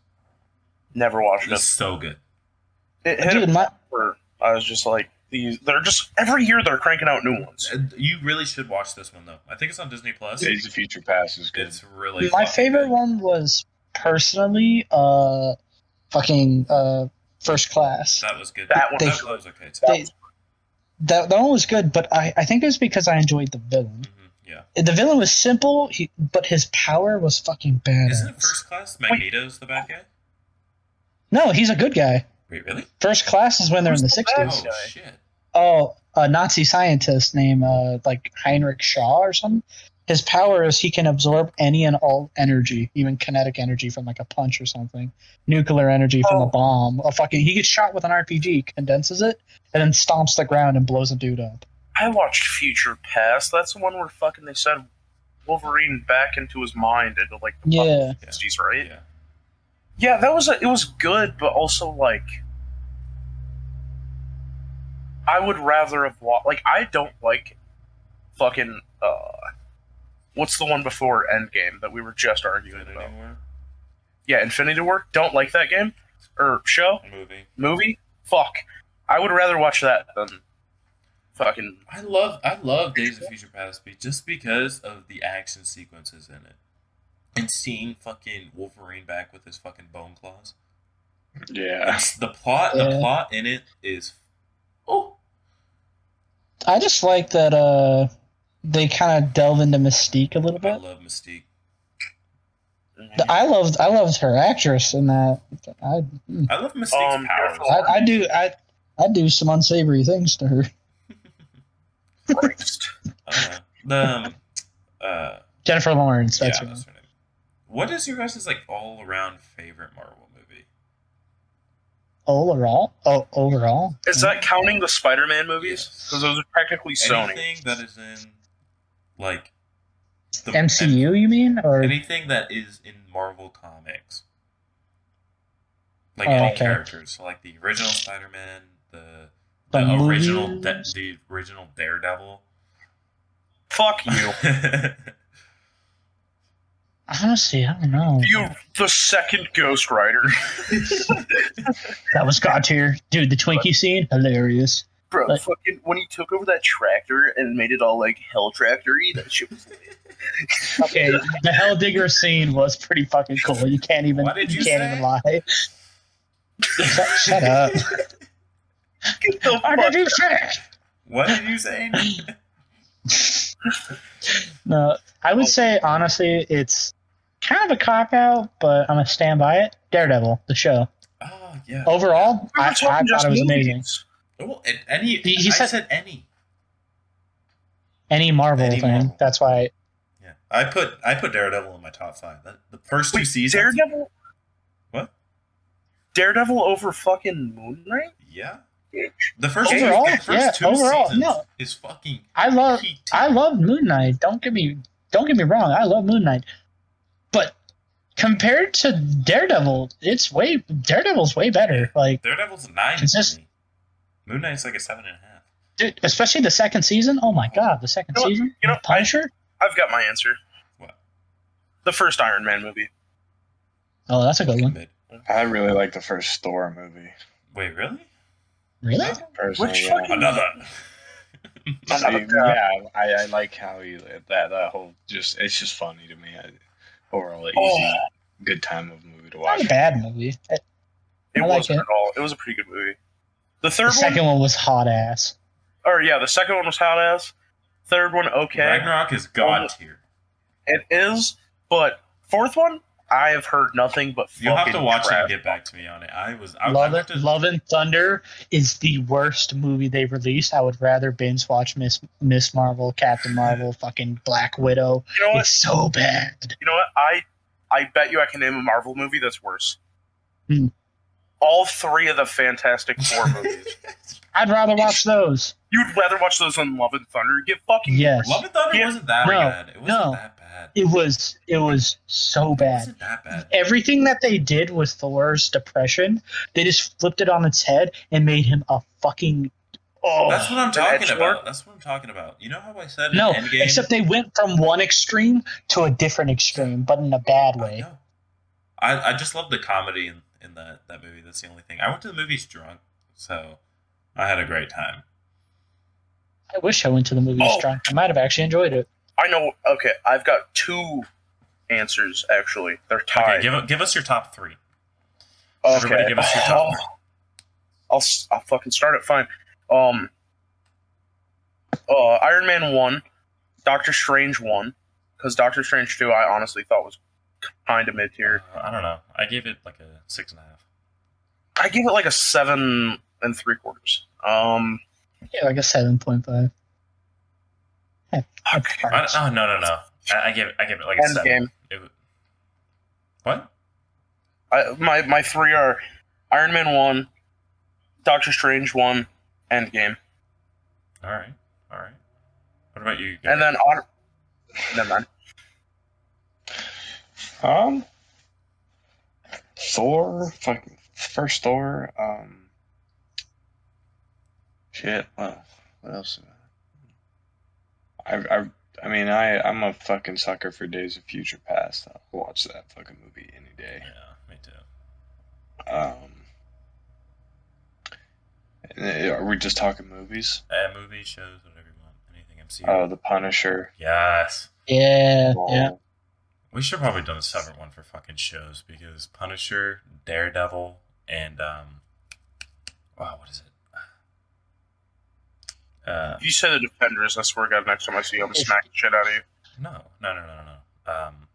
[SPEAKER 1] Never watched
[SPEAKER 4] It's
[SPEAKER 1] it.
[SPEAKER 4] so good.
[SPEAKER 1] It hit
[SPEAKER 3] Dude,
[SPEAKER 1] a
[SPEAKER 3] my,
[SPEAKER 1] where I was just like these. They're just every year they're cranking out new ones.
[SPEAKER 4] And You really should watch this one though. I think it's on Disney Plus.
[SPEAKER 2] Days of Future Past is good.
[SPEAKER 4] It's really
[SPEAKER 3] my
[SPEAKER 4] fucking
[SPEAKER 3] favorite
[SPEAKER 4] good.
[SPEAKER 3] one was personally, uh, fucking uh, First Class.
[SPEAKER 4] That was good.
[SPEAKER 1] That one-
[SPEAKER 4] that was okay too.
[SPEAKER 3] They- That that one was good, but I I think it was because I enjoyed the villain.
[SPEAKER 4] Mhm, yeah.
[SPEAKER 3] The villain was simple, he, but his power was fucking badass.
[SPEAKER 4] Isn't First Class Magneto's the bad guy?
[SPEAKER 3] No, he's a good guy.
[SPEAKER 4] Wait, really?
[SPEAKER 3] First class is when they're in the
[SPEAKER 1] Who's the bad
[SPEAKER 3] sixties.
[SPEAKER 4] Oh
[SPEAKER 1] This guy.
[SPEAKER 4] shit!
[SPEAKER 3] Oh, a Nazi scientist named uh, like Heinrich Shaw or something. His power is he can absorb any and all energy, even kinetic energy from like a punch or something, nuclear energy from
[SPEAKER 1] Oh.
[SPEAKER 3] a bomb. A fucking he gets shot with an RPG, condenses it, and then stomps the ground and blows a dude up.
[SPEAKER 1] I watched Future Past. That's the one where fucking they said Wolverine back into his mind into like the
[SPEAKER 3] Yeah.
[SPEAKER 1] sixties, right?
[SPEAKER 4] Yeah.
[SPEAKER 1] Yeah, that was a, it was good, but also like I would rather have watched. Like I don't like fucking uh What's the one before Endgame that we were just arguing
[SPEAKER 4] Infinity
[SPEAKER 1] about?
[SPEAKER 4] War
[SPEAKER 1] Yeah, Infinity War. Don't like that game or show
[SPEAKER 4] movie.
[SPEAKER 1] movie. Fuck. I would rather watch that than fucking.
[SPEAKER 4] I love I love Days of Future Past be- just because of the action sequences in it, and seeing fucking Wolverine back with his fucking bone claws.
[SPEAKER 2] Yeah.
[SPEAKER 4] The plot the
[SPEAKER 3] Yeah.
[SPEAKER 4] plot in it is oh
[SPEAKER 3] I just like that uh, they kind of delve into Mystique a little
[SPEAKER 4] I
[SPEAKER 3] bit.
[SPEAKER 4] love Mystique.
[SPEAKER 3] The- I loved I loved her actress in that. I
[SPEAKER 4] I love Mystique's
[SPEAKER 1] Um,
[SPEAKER 4] powers.
[SPEAKER 1] careful.
[SPEAKER 3] I, I do I I do some unsavory things to her.
[SPEAKER 1] Christ.
[SPEAKER 4] Uh, the um, uh,
[SPEAKER 3] Jennifer Lawrence.
[SPEAKER 4] yeah,
[SPEAKER 3] That's her.
[SPEAKER 4] that's her name. What is your guys' like all around favorite Marvel movie?
[SPEAKER 3] overall. Oh, overall.
[SPEAKER 1] Is that counting the Spider-Man movies?
[SPEAKER 4] Yes.
[SPEAKER 1] Because those are practically Sony.
[SPEAKER 4] Anything that is in like the
[SPEAKER 3] MCU? You mean or
[SPEAKER 4] anything that is in Marvel comics, like
[SPEAKER 3] Oh,
[SPEAKER 4] any
[SPEAKER 3] okay.
[SPEAKER 4] characters, so like the original Spider-Man, the
[SPEAKER 3] The
[SPEAKER 4] the, uh, original
[SPEAKER 3] movies?
[SPEAKER 4] de- the original Daredevil.
[SPEAKER 1] Fuck
[SPEAKER 4] (laughs)
[SPEAKER 1] you.
[SPEAKER 3] honestly, I don't know.
[SPEAKER 1] You, the second Ghost Rider, (laughs)
[SPEAKER 3] That was God tier, dude. The Twinkie scene, hilarious.
[SPEAKER 1] bro.
[SPEAKER 3] But-
[SPEAKER 1] fucking when he took over that tractor and made it all like hell tractory, that shit was
[SPEAKER 3] Okay, the Hell Digger scene was pretty fucking cool. You can't even
[SPEAKER 4] What did
[SPEAKER 3] you,
[SPEAKER 4] you
[SPEAKER 3] can't
[SPEAKER 4] say?
[SPEAKER 3] even lie. Shut, shut up.
[SPEAKER 1] Get the
[SPEAKER 3] What did
[SPEAKER 1] fuck-
[SPEAKER 3] you say?
[SPEAKER 4] what did you
[SPEAKER 3] (laughs)
[SPEAKER 4] say?
[SPEAKER 3] No, I would say honestly, it's kind of a cop out, but I'm gonna stand by it. Daredevil, the show
[SPEAKER 4] oh yeah.
[SPEAKER 3] overall,
[SPEAKER 1] We were
[SPEAKER 3] I, I
[SPEAKER 1] talking
[SPEAKER 3] thought
[SPEAKER 1] just
[SPEAKER 3] it was
[SPEAKER 1] movies.
[SPEAKER 3] amazing.
[SPEAKER 4] Well, it- any
[SPEAKER 3] He- he
[SPEAKER 4] I
[SPEAKER 3] said-
[SPEAKER 4] said, any.
[SPEAKER 3] Any Marvel
[SPEAKER 4] Any
[SPEAKER 3] thing.
[SPEAKER 4] Marvel.
[SPEAKER 3] That's why.
[SPEAKER 4] Yeah, I put I put Daredevil in my top five. That, the first two
[SPEAKER 1] Wait,
[SPEAKER 4] seasons.
[SPEAKER 1] Daredevil,
[SPEAKER 4] What?
[SPEAKER 1] Daredevil over fucking Moonlight.
[SPEAKER 4] Yeah.
[SPEAKER 1] Yeah.
[SPEAKER 4] The first two-
[SPEAKER 3] Overall,
[SPEAKER 4] the first
[SPEAKER 3] yeah,
[SPEAKER 4] two
[SPEAKER 3] overall,
[SPEAKER 4] seasons
[SPEAKER 3] no.
[SPEAKER 4] is fucking.
[SPEAKER 3] I love
[SPEAKER 4] peak
[SPEAKER 3] I
[SPEAKER 4] tier.
[SPEAKER 3] love Moon Knight. Don't get me don't get me wrong. I love Moon Knight, but compared to Daredevil, it's way Daredevil's way better. Like,
[SPEAKER 4] Daredevil's a nine.
[SPEAKER 3] Consist-
[SPEAKER 4] For me. Moon Knight's like a seven and a half.
[SPEAKER 3] dude, especially the second season. Oh my god, the second
[SPEAKER 1] You know-
[SPEAKER 3] season.
[SPEAKER 1] you know, I-
[SPEAKER 3] Punisher.
[SPEAKER 1] I've got my answer.
[SPEAKER 4] What?
[SPEAKER 1] The first Iron Man movie.
[SPEAKER 3] Oh, that's a good one.
[SPEAKER 4] Mid.
[SPEAKER 2] I really like the first Thor movie.
[SPEAKER 4] Wait, really?
[SPEAKER 3] Really?
[SPEAKER 2] Personally,
[SPEAKER 1] Which
[SPEAKER 2] yeah. (laughs)
[SPEAKER 1] fucking-
[SPEAKER 4] Another.
[SPEAKER 2] I mean, yeah, I, I like how you that that whole just it's just funny to me. I, overall, easy,
[SPEAKER 1] Oh.
[SPEAKER 2] good time of movie to
[SPEAKER 3] Not
[SPEAKER 2] watch.
[SPEAKER 3] a bad movie. The
[SPEAKER 1] It
[SPEAKER 3] I like
[SPEAKER 1] wasn't
[SPEAKER 3] it.
[SPEAKER 1] at all. It was a pretty good movie. The third one,
[SPEAKER 3] second one was hot ass.
[SPEAKER 1] or yeah, the second one was hot ass. Third one, okay,
[SPEAKER 4] Ragnarok is god tier.
[SPEAKER 1] it is. But fourth one, I have heard nothing but fucking
[SPEAKER 4] You'll have to watch it
[SPEAKER 1] crap.
[SPEAKER 4] and get back to me on it. I was. I,
[SPEAKER 3] Love,
[SPEAKER 4] I went to,
[SPEAKER 3] Love and Thunder is the worst movie they released. I would rather binge watch Miss Miss Marvel, Captain Marvel, fucking Black Widow.
[SPEAKER 1] You know what?
[SPEAKER 3] It's so bad.
[SPEAKER 1] You know what? I I bet you I can name a Marvel movie that's worse.
[SPEAKER 3] Hmm.
[SPEAKER 1] All three of the Fantastic
[SPEAKER 4] (laughs)
[SPEAKER 1] Four movies.
[SPEAKER 3] (laughs) I'd rather watch those.
[SPEAKER 1] You'd rather watch those than Love and Thunder. Get fucking
[SPEAKER 3] Yes.
[SPEAKER 4] Love and Thunder
[SPEAKER 1] Yeah.
[SPEAKER 4] wasn't that
[SPEAKER 3] No,
[SPEAKER 4] bad. It wasn't
[SPEAKER 3] no.
[SPEAKER 4] that bad.
[SPEAKER 3] It was it was so
[SPEAKER 4] It
[SPEAKER 3] bad.
[SPEAKER 4] wasn't that bad.
[SPEAKER 3] Everything that they did with Thor's depression, they just flipped it on its head and made him a fucking oh
[SPEAKER 4] That's what I'm
[SPEAKER 1] the
[SPEAKER 4] talking
[SPEAKER 1] edgelord?
[SPEAKER 4] about. That's what I'm talking about. You know how I said in
[SPEAKER 3] no.
[SPEAKER 4] Endgame?
[SPEAKER 3] Except they went from one extreme to a different extreme, but in a bad
[SPEAKER 4] I
[SPEAKER 3] way.
[SPEAKER 4] know. I, I just love the comedy in, in that, that movie. That's the only thing. I went to the movies drunk, so I had a great time.
[SPEAKER 3] I wish I went to the movies
[SPEAKER 1] Oh.
[SPEAKER 3] drunk. I might have actually enjoyed it.
[SPEAKER 1] I know. Okay, I've got two answers actually. They're
[SPEAKER 4] Okay,
[SPEAKER 1] tied.
[SPEAKER 4] give, give us your top three.
[SPEAKER 1] Okay. Um,
[SPEAKER 4] everybody give us your top three.
[SPEAKER 1] I'll s- I'll fucking start it. Fine. Um. Uh, Iron Man one, Doctor Strange one, because Doctor Strange two I honestly thought was kind of mid tier.
[SPEAKER 4] Uh, I don't know. I gave it like a six and a half.
[SPEAKER 1] I give it like a seven and three quarters. Um.
[SPEAKER 3] Yeah, like a seven point five.
[SPEAKER 4] I, oh no no no! I, I gave it, I gave it like a
[SPEAKER 1] End
[SPEAKER 4] seven.
[SPEAKER 1] game.
[SPEAKER 4] It wa- what?
[SPEAKER 1] I, my my three are Iron Man one, Doctor Strange one, Endgame,
[SPEAKER 4] All right, all right. What about you?
[SPEAKER 1] and then on. Never mind.
[SPEAKER 2] Um, Thor, fucking first Thor. Um, shit. Well, what else? I I I mean, I I'm a fucking sucker for Days of Future Past. I'll watch that fucking movie any day.
[SPEAKER 4] Yeah, me too.
[SPEAKER 2] Um, eh, are we just talking movies?
[SPEAKER 4] Uh, movies, shows, whatever you want. Anything MCU.
[SPEAKER 2] Oh, The Punisher.
[SPEAKER 4] Yes.
[SPEAKER 3] Yeah, yeah.
[SPEAKER 2] Oh,
[SPEAKER 4] We should have probably done a separate one for fucking shows because Punisher, Daredevil, and um, wow, what is it? Uh,
[SPEAKER 1] If you say the Defenders, I swear to God, next time I see you, I'm gonna smack the shit out of you.
[SPEAKER 4] no, no, no, no, no, no. Um,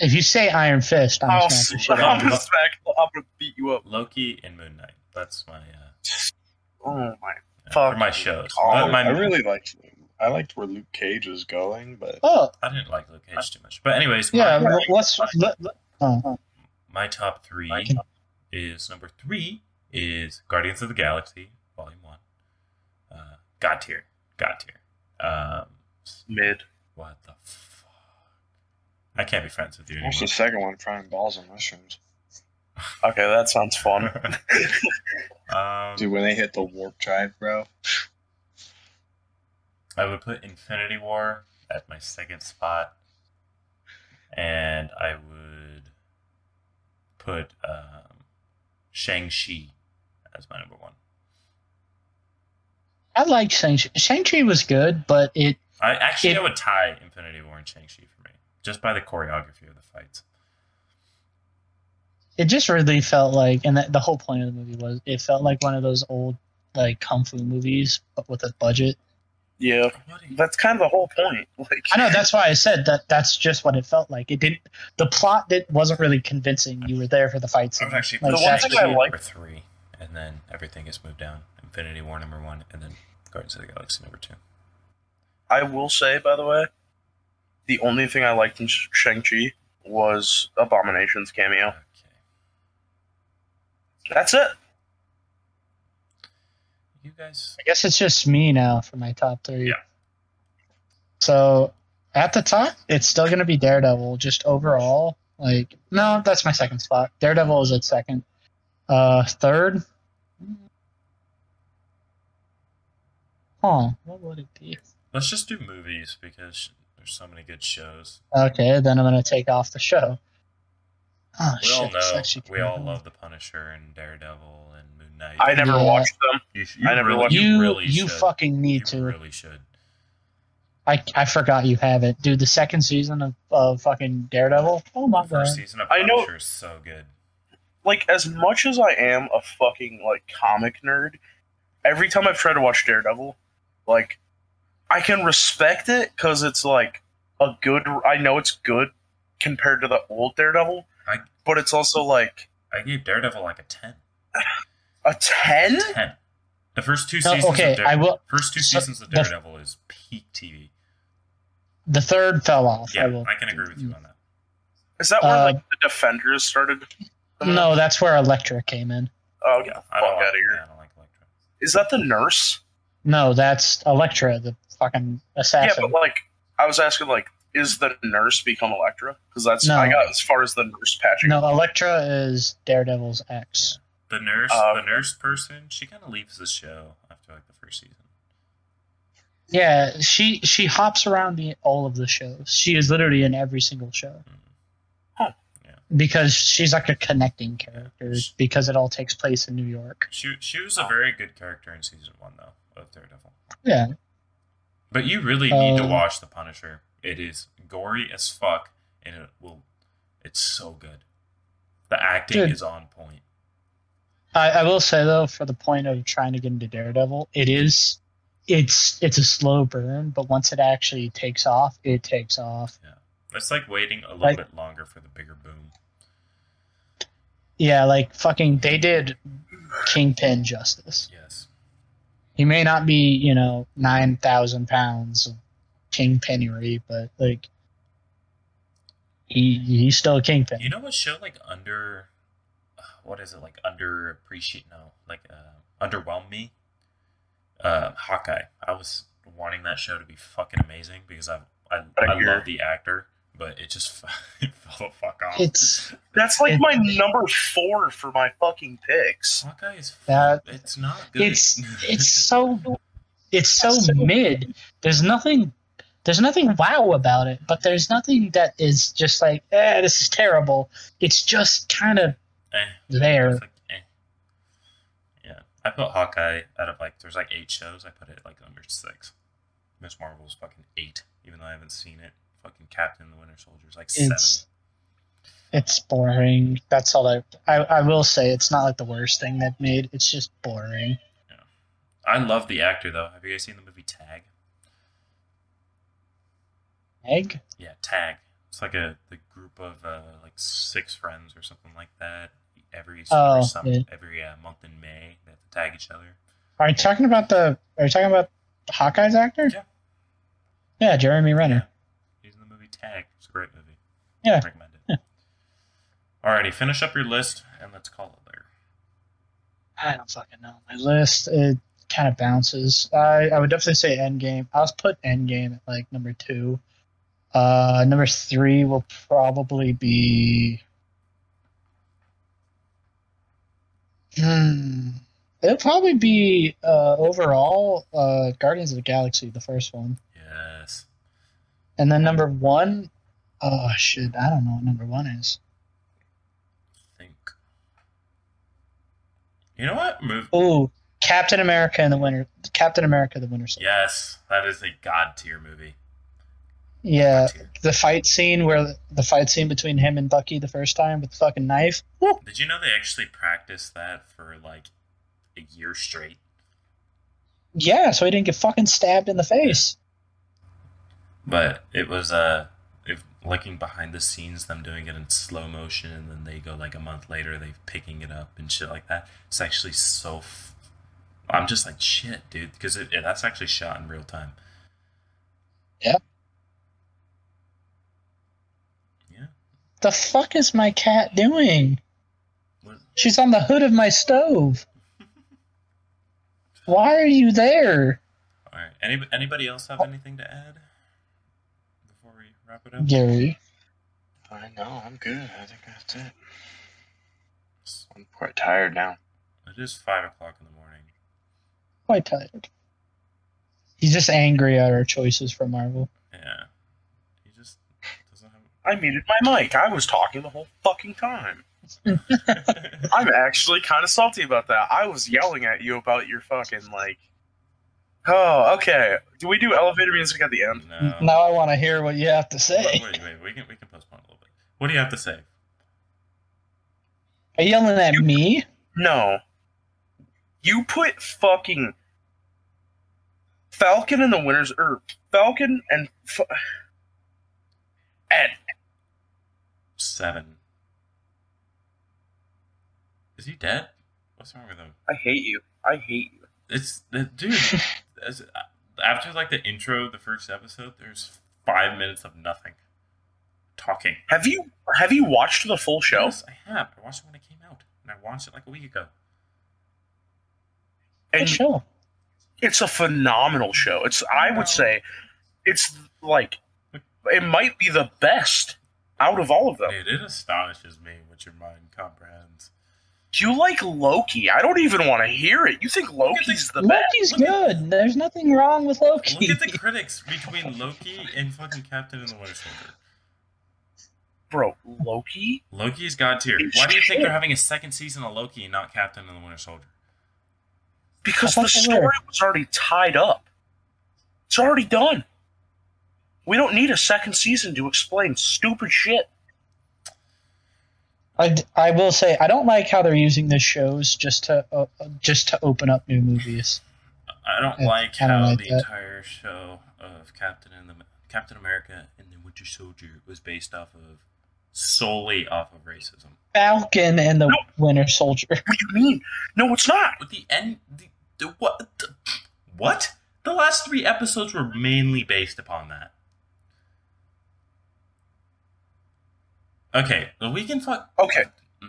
[SPEAKER 3] If you say Iron Fist, I'm
[SPEAKER 4] Oh,
[SPEAKER 1] I'll,
[SPEAKER 3] smacking
[SPEAKER 1] s-
[SPEAKER 3] shit
[SPEAKER 1] I'm
[SPEAKER 3] out of you.
[SPEAKER 1] gonna smack. I'm gonna beat you up.
[SPEAKER 4] Loki and Moon Knight. That's my uh,
[SPEAKER 1] Oh my!
[SPEAKER 4] for
[SPEAKER 1] Fuck
[SPEAKER 4] my
[SPEAKER 1] you.
[SPEAKER 4] shows.
[SPEAKER 1] Oh,
[SPEAKER 4] Not my
[SPEAKER 2] I really liked. I liked where Luke Cage was going, but
[SPEAKER 3] Oh,
[SPEAKER 4] I didn't like Luke Cage too much, but anyways,
[SPEAKER 3] yeah.
[SPEAKER 4] my,
[SPEAKER 3] let- Let's. Let, let- oh,
[SPEAKER 4] my top three
[SPEAKER 3] I can-
[SPEAKER 4] is number three is Guardians of the Galaxy Volume One. Uh, God tier, God tier. Um,
[SPEAKER 1] Mid.
[SPEAKER 4] What the fuck? I can't be friends with you
[SPEAKER 2] what's the
[SPEAKER 4] anymore.
[SPEAKER 2] second one? Frying balls and mushrooms.
[SPEAKER 1] Okay, that sounds
[SPEAKER 4] (laughs)
[SPEAKER 1] fun.
[SPEAKER 4] um,
[SPEAKER 2] Dude, when they hit the warp drive, bro.
[SPEAKER 4] I would put Infinity War at my second spot, and I would put um, Shang Chi as my number one.
[SPEAKER 3] I like Shang Shang Chi was good, but it
[SPEAKER 4] I actually
[SPEAKER 3] It-
[SPEAKER 4] I would tie Infinity War and Shang Chi for me, just by the choreography of the fights.
[SPEAKER 3] it just really felt like, and that, the whole point of the movie was it felt like one of those old like kung fu movies, but with a budget.
[SPEAKER 1] Yeah,
[SPEAKER 4] What are you-
[SPEAKER 1] that's kind of the whole point. Like,
[SPEAKER 3] I know that's why I said that. That's just what it felt like. It didn't. The plot did wasn't really convincing. You were there for the fights.
[SPEAKER 4] I've actually
[SPEAKER 3] Like,
[SPEAKER 4] put
[SPEAKER 1] the one
[SPEAKER 4] Shang
[SPEAKER 1] thing
[SPEAKER 3] that's
[SPEAKER 1] I
[SPEAKER 4] Chi
[SPEAKER 3] what-
[SPEAKER 1] like-
[SPEAKER 4] number three, and then everything is moved down. Infinity War number one, and then Guardians of the Galaxy number two.
[SPEAKER 1] I will say, by the way, the only thing I liked in Sh- Shang-Chi was Abomination's cameo.
[SPEAKER 4] Okay.
[SPEAKER 1] That's it.
[SPEAKER 4] You guys,
[SPEAKER 3] I guess it's just me now for my top three.
[SPEAKER 4] Yeah.
[SPEAKER 3] So at the top, it's still going to be Daredevil. Just overall, like no, that's my second spot. Daredevil is at second. Uh, third. Huh? What would it be?
[SPEAKER 4] let's just do movies because there's so many good shows.
[SPEAKER 3] Okay, then I'm going to take off the show. Oh,
[SPEAKER 4] We all
[SPEAKER 3] shit, it's
[SPEAKER 4] know,
[SPEAKER 3] actually
[SPEAKER 4] we all
[SPEAKER 3] Daredevil.
[SPEAKER 4] love The Punisher and Daredevil and Moon Knight.
[SPEAKER 1] I never
[SPEAKER 3] Yeah.
[SPEAKER 1] watched them.
[SPEAKER 4] You sh- you
[SPEAKER 1] I never
[SPEAKER 4] really,
[SPEAKER 1] watched-
[SPEAKER 3] You,
[SPEAKER 4] really
[SPEAKER 3] you
[SPEAKER 4] should.
[SPEAKER 3] fucking need
[SPEAKER 4] You
[SPEAKER 3] to.
[SPEAKER 4] really should.
[SPEAKER 3] I, I forgot you have it, dude. The second season of, of fucking Daredevil. Oh my
[SPEAKER 4] The first
[SPEAKER 3] god.
[SPEAKER 4] season of
[SPEAKER 1] I know-
[SPEAKER 4] Punisher is so good.
[SPEAKER 1] Like, as much as I am a fucking like comic nerd, every time I've tried to watch Daredevil, like, I can respect it because it's like a good. I know it's good compared to the old Daredevil,
[SPEAKER 4] I-
[SPEAKER 1] but it's also like
[SPEAKER 4] I gave Daredevil like a ten.
[SPEAKER 1] a ten.
[SPEAKER 4] (laughs) Ten. The first two
[SPEAKER 3] No,
[SPEAKER 4] seasons.
[SPEAKER 3] okay,
[SPEAKER 4] of Dare-
[SPEAKER 3] I will.
[SPEAKER 4] First two
[SPEAKER 3] so-
[SPEAKER 4] seasons of
[SPEAKER 3] the f-
[SPEAKER 4] Daredevil is peak TV.
[SPEAKER 3] The third fell off.
[SPEAKER 4] Yeah,
[SPEAKER 3] I will.
[SPEAKER 4] I can agree with you on that.
[SPEAKER 1] Is that where
[SPEAKER 3] Uh,
[SPEAKER 1] like the Defenders started?
[SPEAKER 3] No, that's where Elektra came in.
[SPEAKER 1] Oh, get the
[SPEAKER 4] I
[SPEAKER 1] fuck
[SPEAKER 4] don't
[SPEAKER 1] out
[SPEAKER 4] like,
[SPEAKER 1] of here.
[SPEAKER 4] I don't like Electra.
[SPEAKER 1] Is that the nurse?
[SPEAKER 3] No, that's Elektra, the fucking
[SPEAKER 1] Yeah, but
[SPEAKER 3] assassin.
[SPEAKER 1] like I was asking, like, is the nurse become Electra? Because that's I
[SPEAKER 3] No.
[SPEAKER 1] got as far as the nurse patching.
[SPEAKER 3] no, Elektra is Daredevil's ex.
[SPEAKER 4] The nurse,
[SPEAKER 1] Uh,
[SPEAKER 4] the nurse person, she kind of leaves the show after like the first season.
[SPEAKER 3] Yeah, she she hops around the, all of the shows. She is literally in every single show.
[SPEAKER 4] Mm.
[SPEAKER 3] Because she's like a connecting character because it all takes place in New York.
[SPEAKER 4] She she was a very good character in season one though of Daredevil.
[SPEAKER 3] Yeah.
[SPEAKER 4] But you really need to
[SPEAKER 3] Um,
[SPEAKER 4] watch The Punisher. It is gory as fuck, and it will. It's so good. The acting
[SPEAKER 3] Dude.
[SPEAKER 4] is on point.
[SPEAKER 3] I, I will say though, for the point of trying to get into Daredevil, it is it's it's a slow burn, but once it actually takes off, it takes off.
[SPEAKER 4] It's like waiting a little
[SPEAKER 3] Like-
[SPEAKER 4] bit longer for the bigger boom.
[SPEAKER 3] Yeah, like fucking they did Kingpin justice.
[SPEAKER 4] Yes.
[SPEAKER 3] He may not be, you know, nine thousand pounds of kingpennery, but like he he's still a kingpin.
[SPEAKER 4] You know what show like under, uh, what is it like underappreciate? No, like uh, underwhelmed me. Uh, Hawkeye. I was wanting that show to be fucking amazing because I I,
[SPEAKER 1] I
[SPEAKER 4] I
[SPEAKER 1] hear.
[SPEAKER 4] love the actor, but it just (laughs) it fell the fuck off.
[SPEAKER 3] It's
[SPEAKER 1] That's like
[SPEAKER 3] It-
[SPEAKER 1] my number four for my fucking picks.
[SPEAKER 4] Hawkeye is
[SPEAKER 3] That-
[SPEAKER 4] it's not good.
[SPEAKER 3] it's it's so it's so mid. There's nothing There's nothing wow about it, but there's nothing that is just like, eh, this is terrible. It's just kind of
[SPEAKER 4] Eh.
[SPEAKER 3] there.
[SPEAKER 4] It's like, eh. Yeah, I put Hawkeye out of like there's like eight shows. I put it like under six. Miss Marvel's fucking eight, even though I haven't seen it. Fucking Captain and the Winter Soldier's like
[SPEAKER 3] It's it's boring. That's all I, I I will say. It's not like the worst thing they've made. It's just boring.
[SPEAKER 4] seven. I love the actor though. Have you guys seen the movie Tag?
[SPEAKER 3] Egg.
[SPEAKER 4] Yeah, Tag. It's like a the group of uh, like six friends or something like that. Every
[SPEAKER 3] Oh,
[SPEAKER 4] or some,
[SPEAKER 3] yeah.
[SPEAKER 4] every uh, month in May, they have to tag each other.
[SPEAKER 3] Are you talking about the? Are you talking about Hawkeye's actor?
[SPEAKER 4] Yeah.
[SPEAKER 3] Yeah, Jeremy Renner.
[SPEAKER 4] He's in the movie Tag. It's a great movie.
[SPEAKER 3] Yeah.
[SPEAKER 4] Recommend it. Alrighty, finish up your list and let's call it there.
[SPEAKER 3] I don't fucking know. My list it kind of bounces. I I would definitely say Endgame. I'll put Endgame at like number two. Uh, number three will probably be. Hmm. It'll probably be uh, overall uh, Guardians of the Galaxy, the first one.
[SPEAKER 4] Yes.
[SPEAKER 3] And then number one, oh shit, I don't know what number one is.
[SPEAKER 4] Think. You know what? Move.
[SPEAKER 3] Ooh, Captain America and the Winter, Captain America the Winter Soldier.
[SPEAKER 4] Yes, that is a god tier movie.
[SPEAKER 3] Yeah,
[SPEAKER 4] God tier.
[SPEAKER 3] the fight scene where the fight scene between him and Bucky the first time with the fucking knife. Woo!
[SPEAKER 4] Did you know they actually practiced that for like a year straight?
[SPEAKER 3] Yeah, so he didn't get fucking stabbed in the face.
[SPEAKER 4] But it was uh if looking behind the scenes, them doing it in slow motion, and then they go like a month later, they picking it up and shit like that. It's actually so. F- I'm just like shit, dude, because it, it- that's actually shot in real time.
[SPEAKER 3] Yeah.
[SPEAKER 4] Yeah.
[SPEAKER 3] The fuck is my cat doing?
[SPEAKER 4] What-
[SPEAKER 3] She's on the hood of my stove. Why are you there?
[SPEAKER 4] All right. Any, anybody else have anything to add before we wrap it up?
[SPEAKER 3] Gary.
[SPEAKER 2] I know. I'm good. I think that's it.
[SPEAKER 4] It's-
[SPEAKER 2] I'm quite tired now.
[SPEAKER 4] It is five o'clock in the morning.
[SPEAKER 3] quite tired. He's just angry at our choices for Marvel.
[SPEAKER 4] Yeah. He just doesn't
[SPEAKER 1] I muted my mic. I was talking the whole fucking time.
[SPEAKER 4] have.
[SPEAKER 1] I'm actually kind of salty about that. I was yelling at you about your fucking like. Oh, okay. Do we do elevator music at the end?
[SPEAKER 3] (laughs)
[SPEAKER 4] (laughs) no.
[SPEAKER 3] Now I want to hear what you have to say.
[SPEAKER 4] Wait, wait, wait. We can we can postpone a little bit. What do you have to say?
[SPEAKER 3] Are you yelling at me?
[SPEAKER 1] No. You put fucking Falcon and the Winners, or Falcon and fu- Ed.
[SPEAKER 4] Seven. Is he dead? What's wrong with him?
[SPEAKER 1] I hate you. I hate you.
[SPEAKER 4] It's the dude. as- after like the intro, of the first episode, there's five minutes of nothing. Talking.
[SPEAKER 1] Have you have you watched the full show?
[SPEAKER 4] Yes, I have. I watched it when it came out, and I watched it like a week ago.
[SPEAKER 1] And
[SPEAKER 3] sure.
[SPEAKER 1] it's a phenomenal show. It's I
[SPEAKER 4] No.
[SPEAKER 1] would say it's like it might be the best out of all of them.
[SPEAKER 4] Dude, it astonishes me what your mind comprehends.
[SPEAKER 1] You like Loki? I don't even want to hear it. You think Loki's the best?
[SPEAKER 3] Loki's
[SPEAKER 4] Look at-
[SPEAKER 3] good. There's nothing wrong with Loki.
[SPEAKER 4] Look at the critics between Loki and fucking Captain and the Winter Soldier.
[SPEAKER 1] Bro, Loki?
[SPEAKER 4] Loki is god tier. Why do you think they're having a second season of Loki and not Captain and the Winter Soldier?
[SPEAKER 1] Because
[SPEAKER 3] I
[SPEAKER 1] the
[SPEAKER 3] thought they
[SPEAKER 1] story
[SPEAKER 3] were.
[SPEAKER 1] was already tied up. It's already done. We don't need a second season to explain stupid shit.
[SPEAKER 3] I, d- I will say I don't like how they're using the shows just to uh, uh, just to open up new movies.
[SPEAKER 4] I don't
[SPEAKER 3] Yeah,
[SPEAKER 4] like
[SPEAKER 3] I don't
[SPEAKER 4] how
[SPEAKER 3] like
[SPEAKER 4] the
[SPEAKER 3] that.
[SPEAKER 4] entire show of Captain and the Captain America and the Winter Soldier was based off of solely off of racism.
[SPEAKER 3] Falcon and the
[SPEAKER 1] No.
[SPEAKER 3] Winter Soldier.
[SPEAKER 1] What do you mean? No, it's not.
[SPEAKER 4] With the end, the, the what? The, what? The last three episodes were mainly based upon that. Okay, well, we can fuck.
[SPEAKER 1] Okay.
[SPEAKER 4] Mm.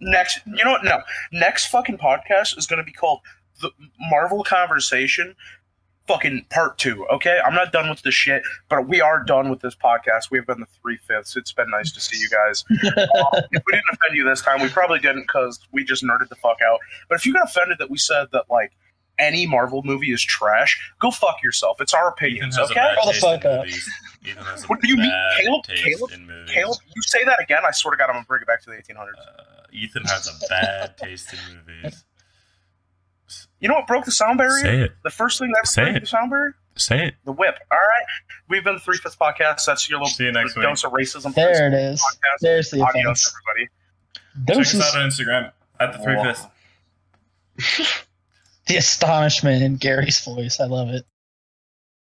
[SPEAKER 1] Next, you know what? No, next fucking podcast is going to be called the Marvel Conversation, fucking part two. Okay, I'm not done with this shit, but we are done with this podcast. We have been the three fifths. It's been nice to see you guys. Uh, if we didn't offend you this time, we probably didn't because we just nerded the fuck out. But if you got offended that we said that, like, any Marvel movie is trash, go fuck yourself. It's our opinions,
[SPEAKER 4] has a
[SPEAKER 1] okay?
[SPEAKER 3] Shut
[SPEAKER 4] bad
[SPEAKER 3] the
[SPEAKER 4] taste in
[SPEAKER 3] fuck up.
[SPEAKER 4] movies. Ethan has a
[SPEAKER 1] What do you mean,
[SPEAKER 4] bad
[SPEAKER 1] Caleb?
[SPEAKER 4] taste
[SPEAKER 1] Caleb?
[SPEAKER 4] in movies.
[SPEAKER 1] Oh, Caleb, you say that again, I swear to God, I'm gonna bring it back to the 1800s.
[SPEAKER 4] Uh, Ethan has a bad taste in movies.
[SPEAKER 1] You know what broke the sound barrier?
[SPEAKER 4] Say it.
[SPEAKER 1] The first thing that
[SPEAKER 4] Say
[SPEAKER 1] broke
[SPEAKER 4] it.
[SPEAKER 1] the sound barrier?
[SPEAKER 4] Say it.
[SPEAKER 1] The whip. All right, we've been the Three Fifths Podcast. That's your little
[SPEAKER 4] See you next week.
[SPEAKER 1] dose of racism. for this
[SPEAKER 3] There it is.
[SPEAKER 1] Podcast.
[SPEAKER 3] There's the
[SPEAKER 1] Adios,
[SPEAKER 3] offense.
[SPEAKER 1] everybody.
[SPEAKER 4] Check us
[SPEAKER 3] Deuces.
[SPEAKER 4] out on Instagram at the three
[SPEAKER 2] Wow.
[SPEAKER 4] fifths.
[SPEAKER 3] The astonishment in Gary's voice. I love it.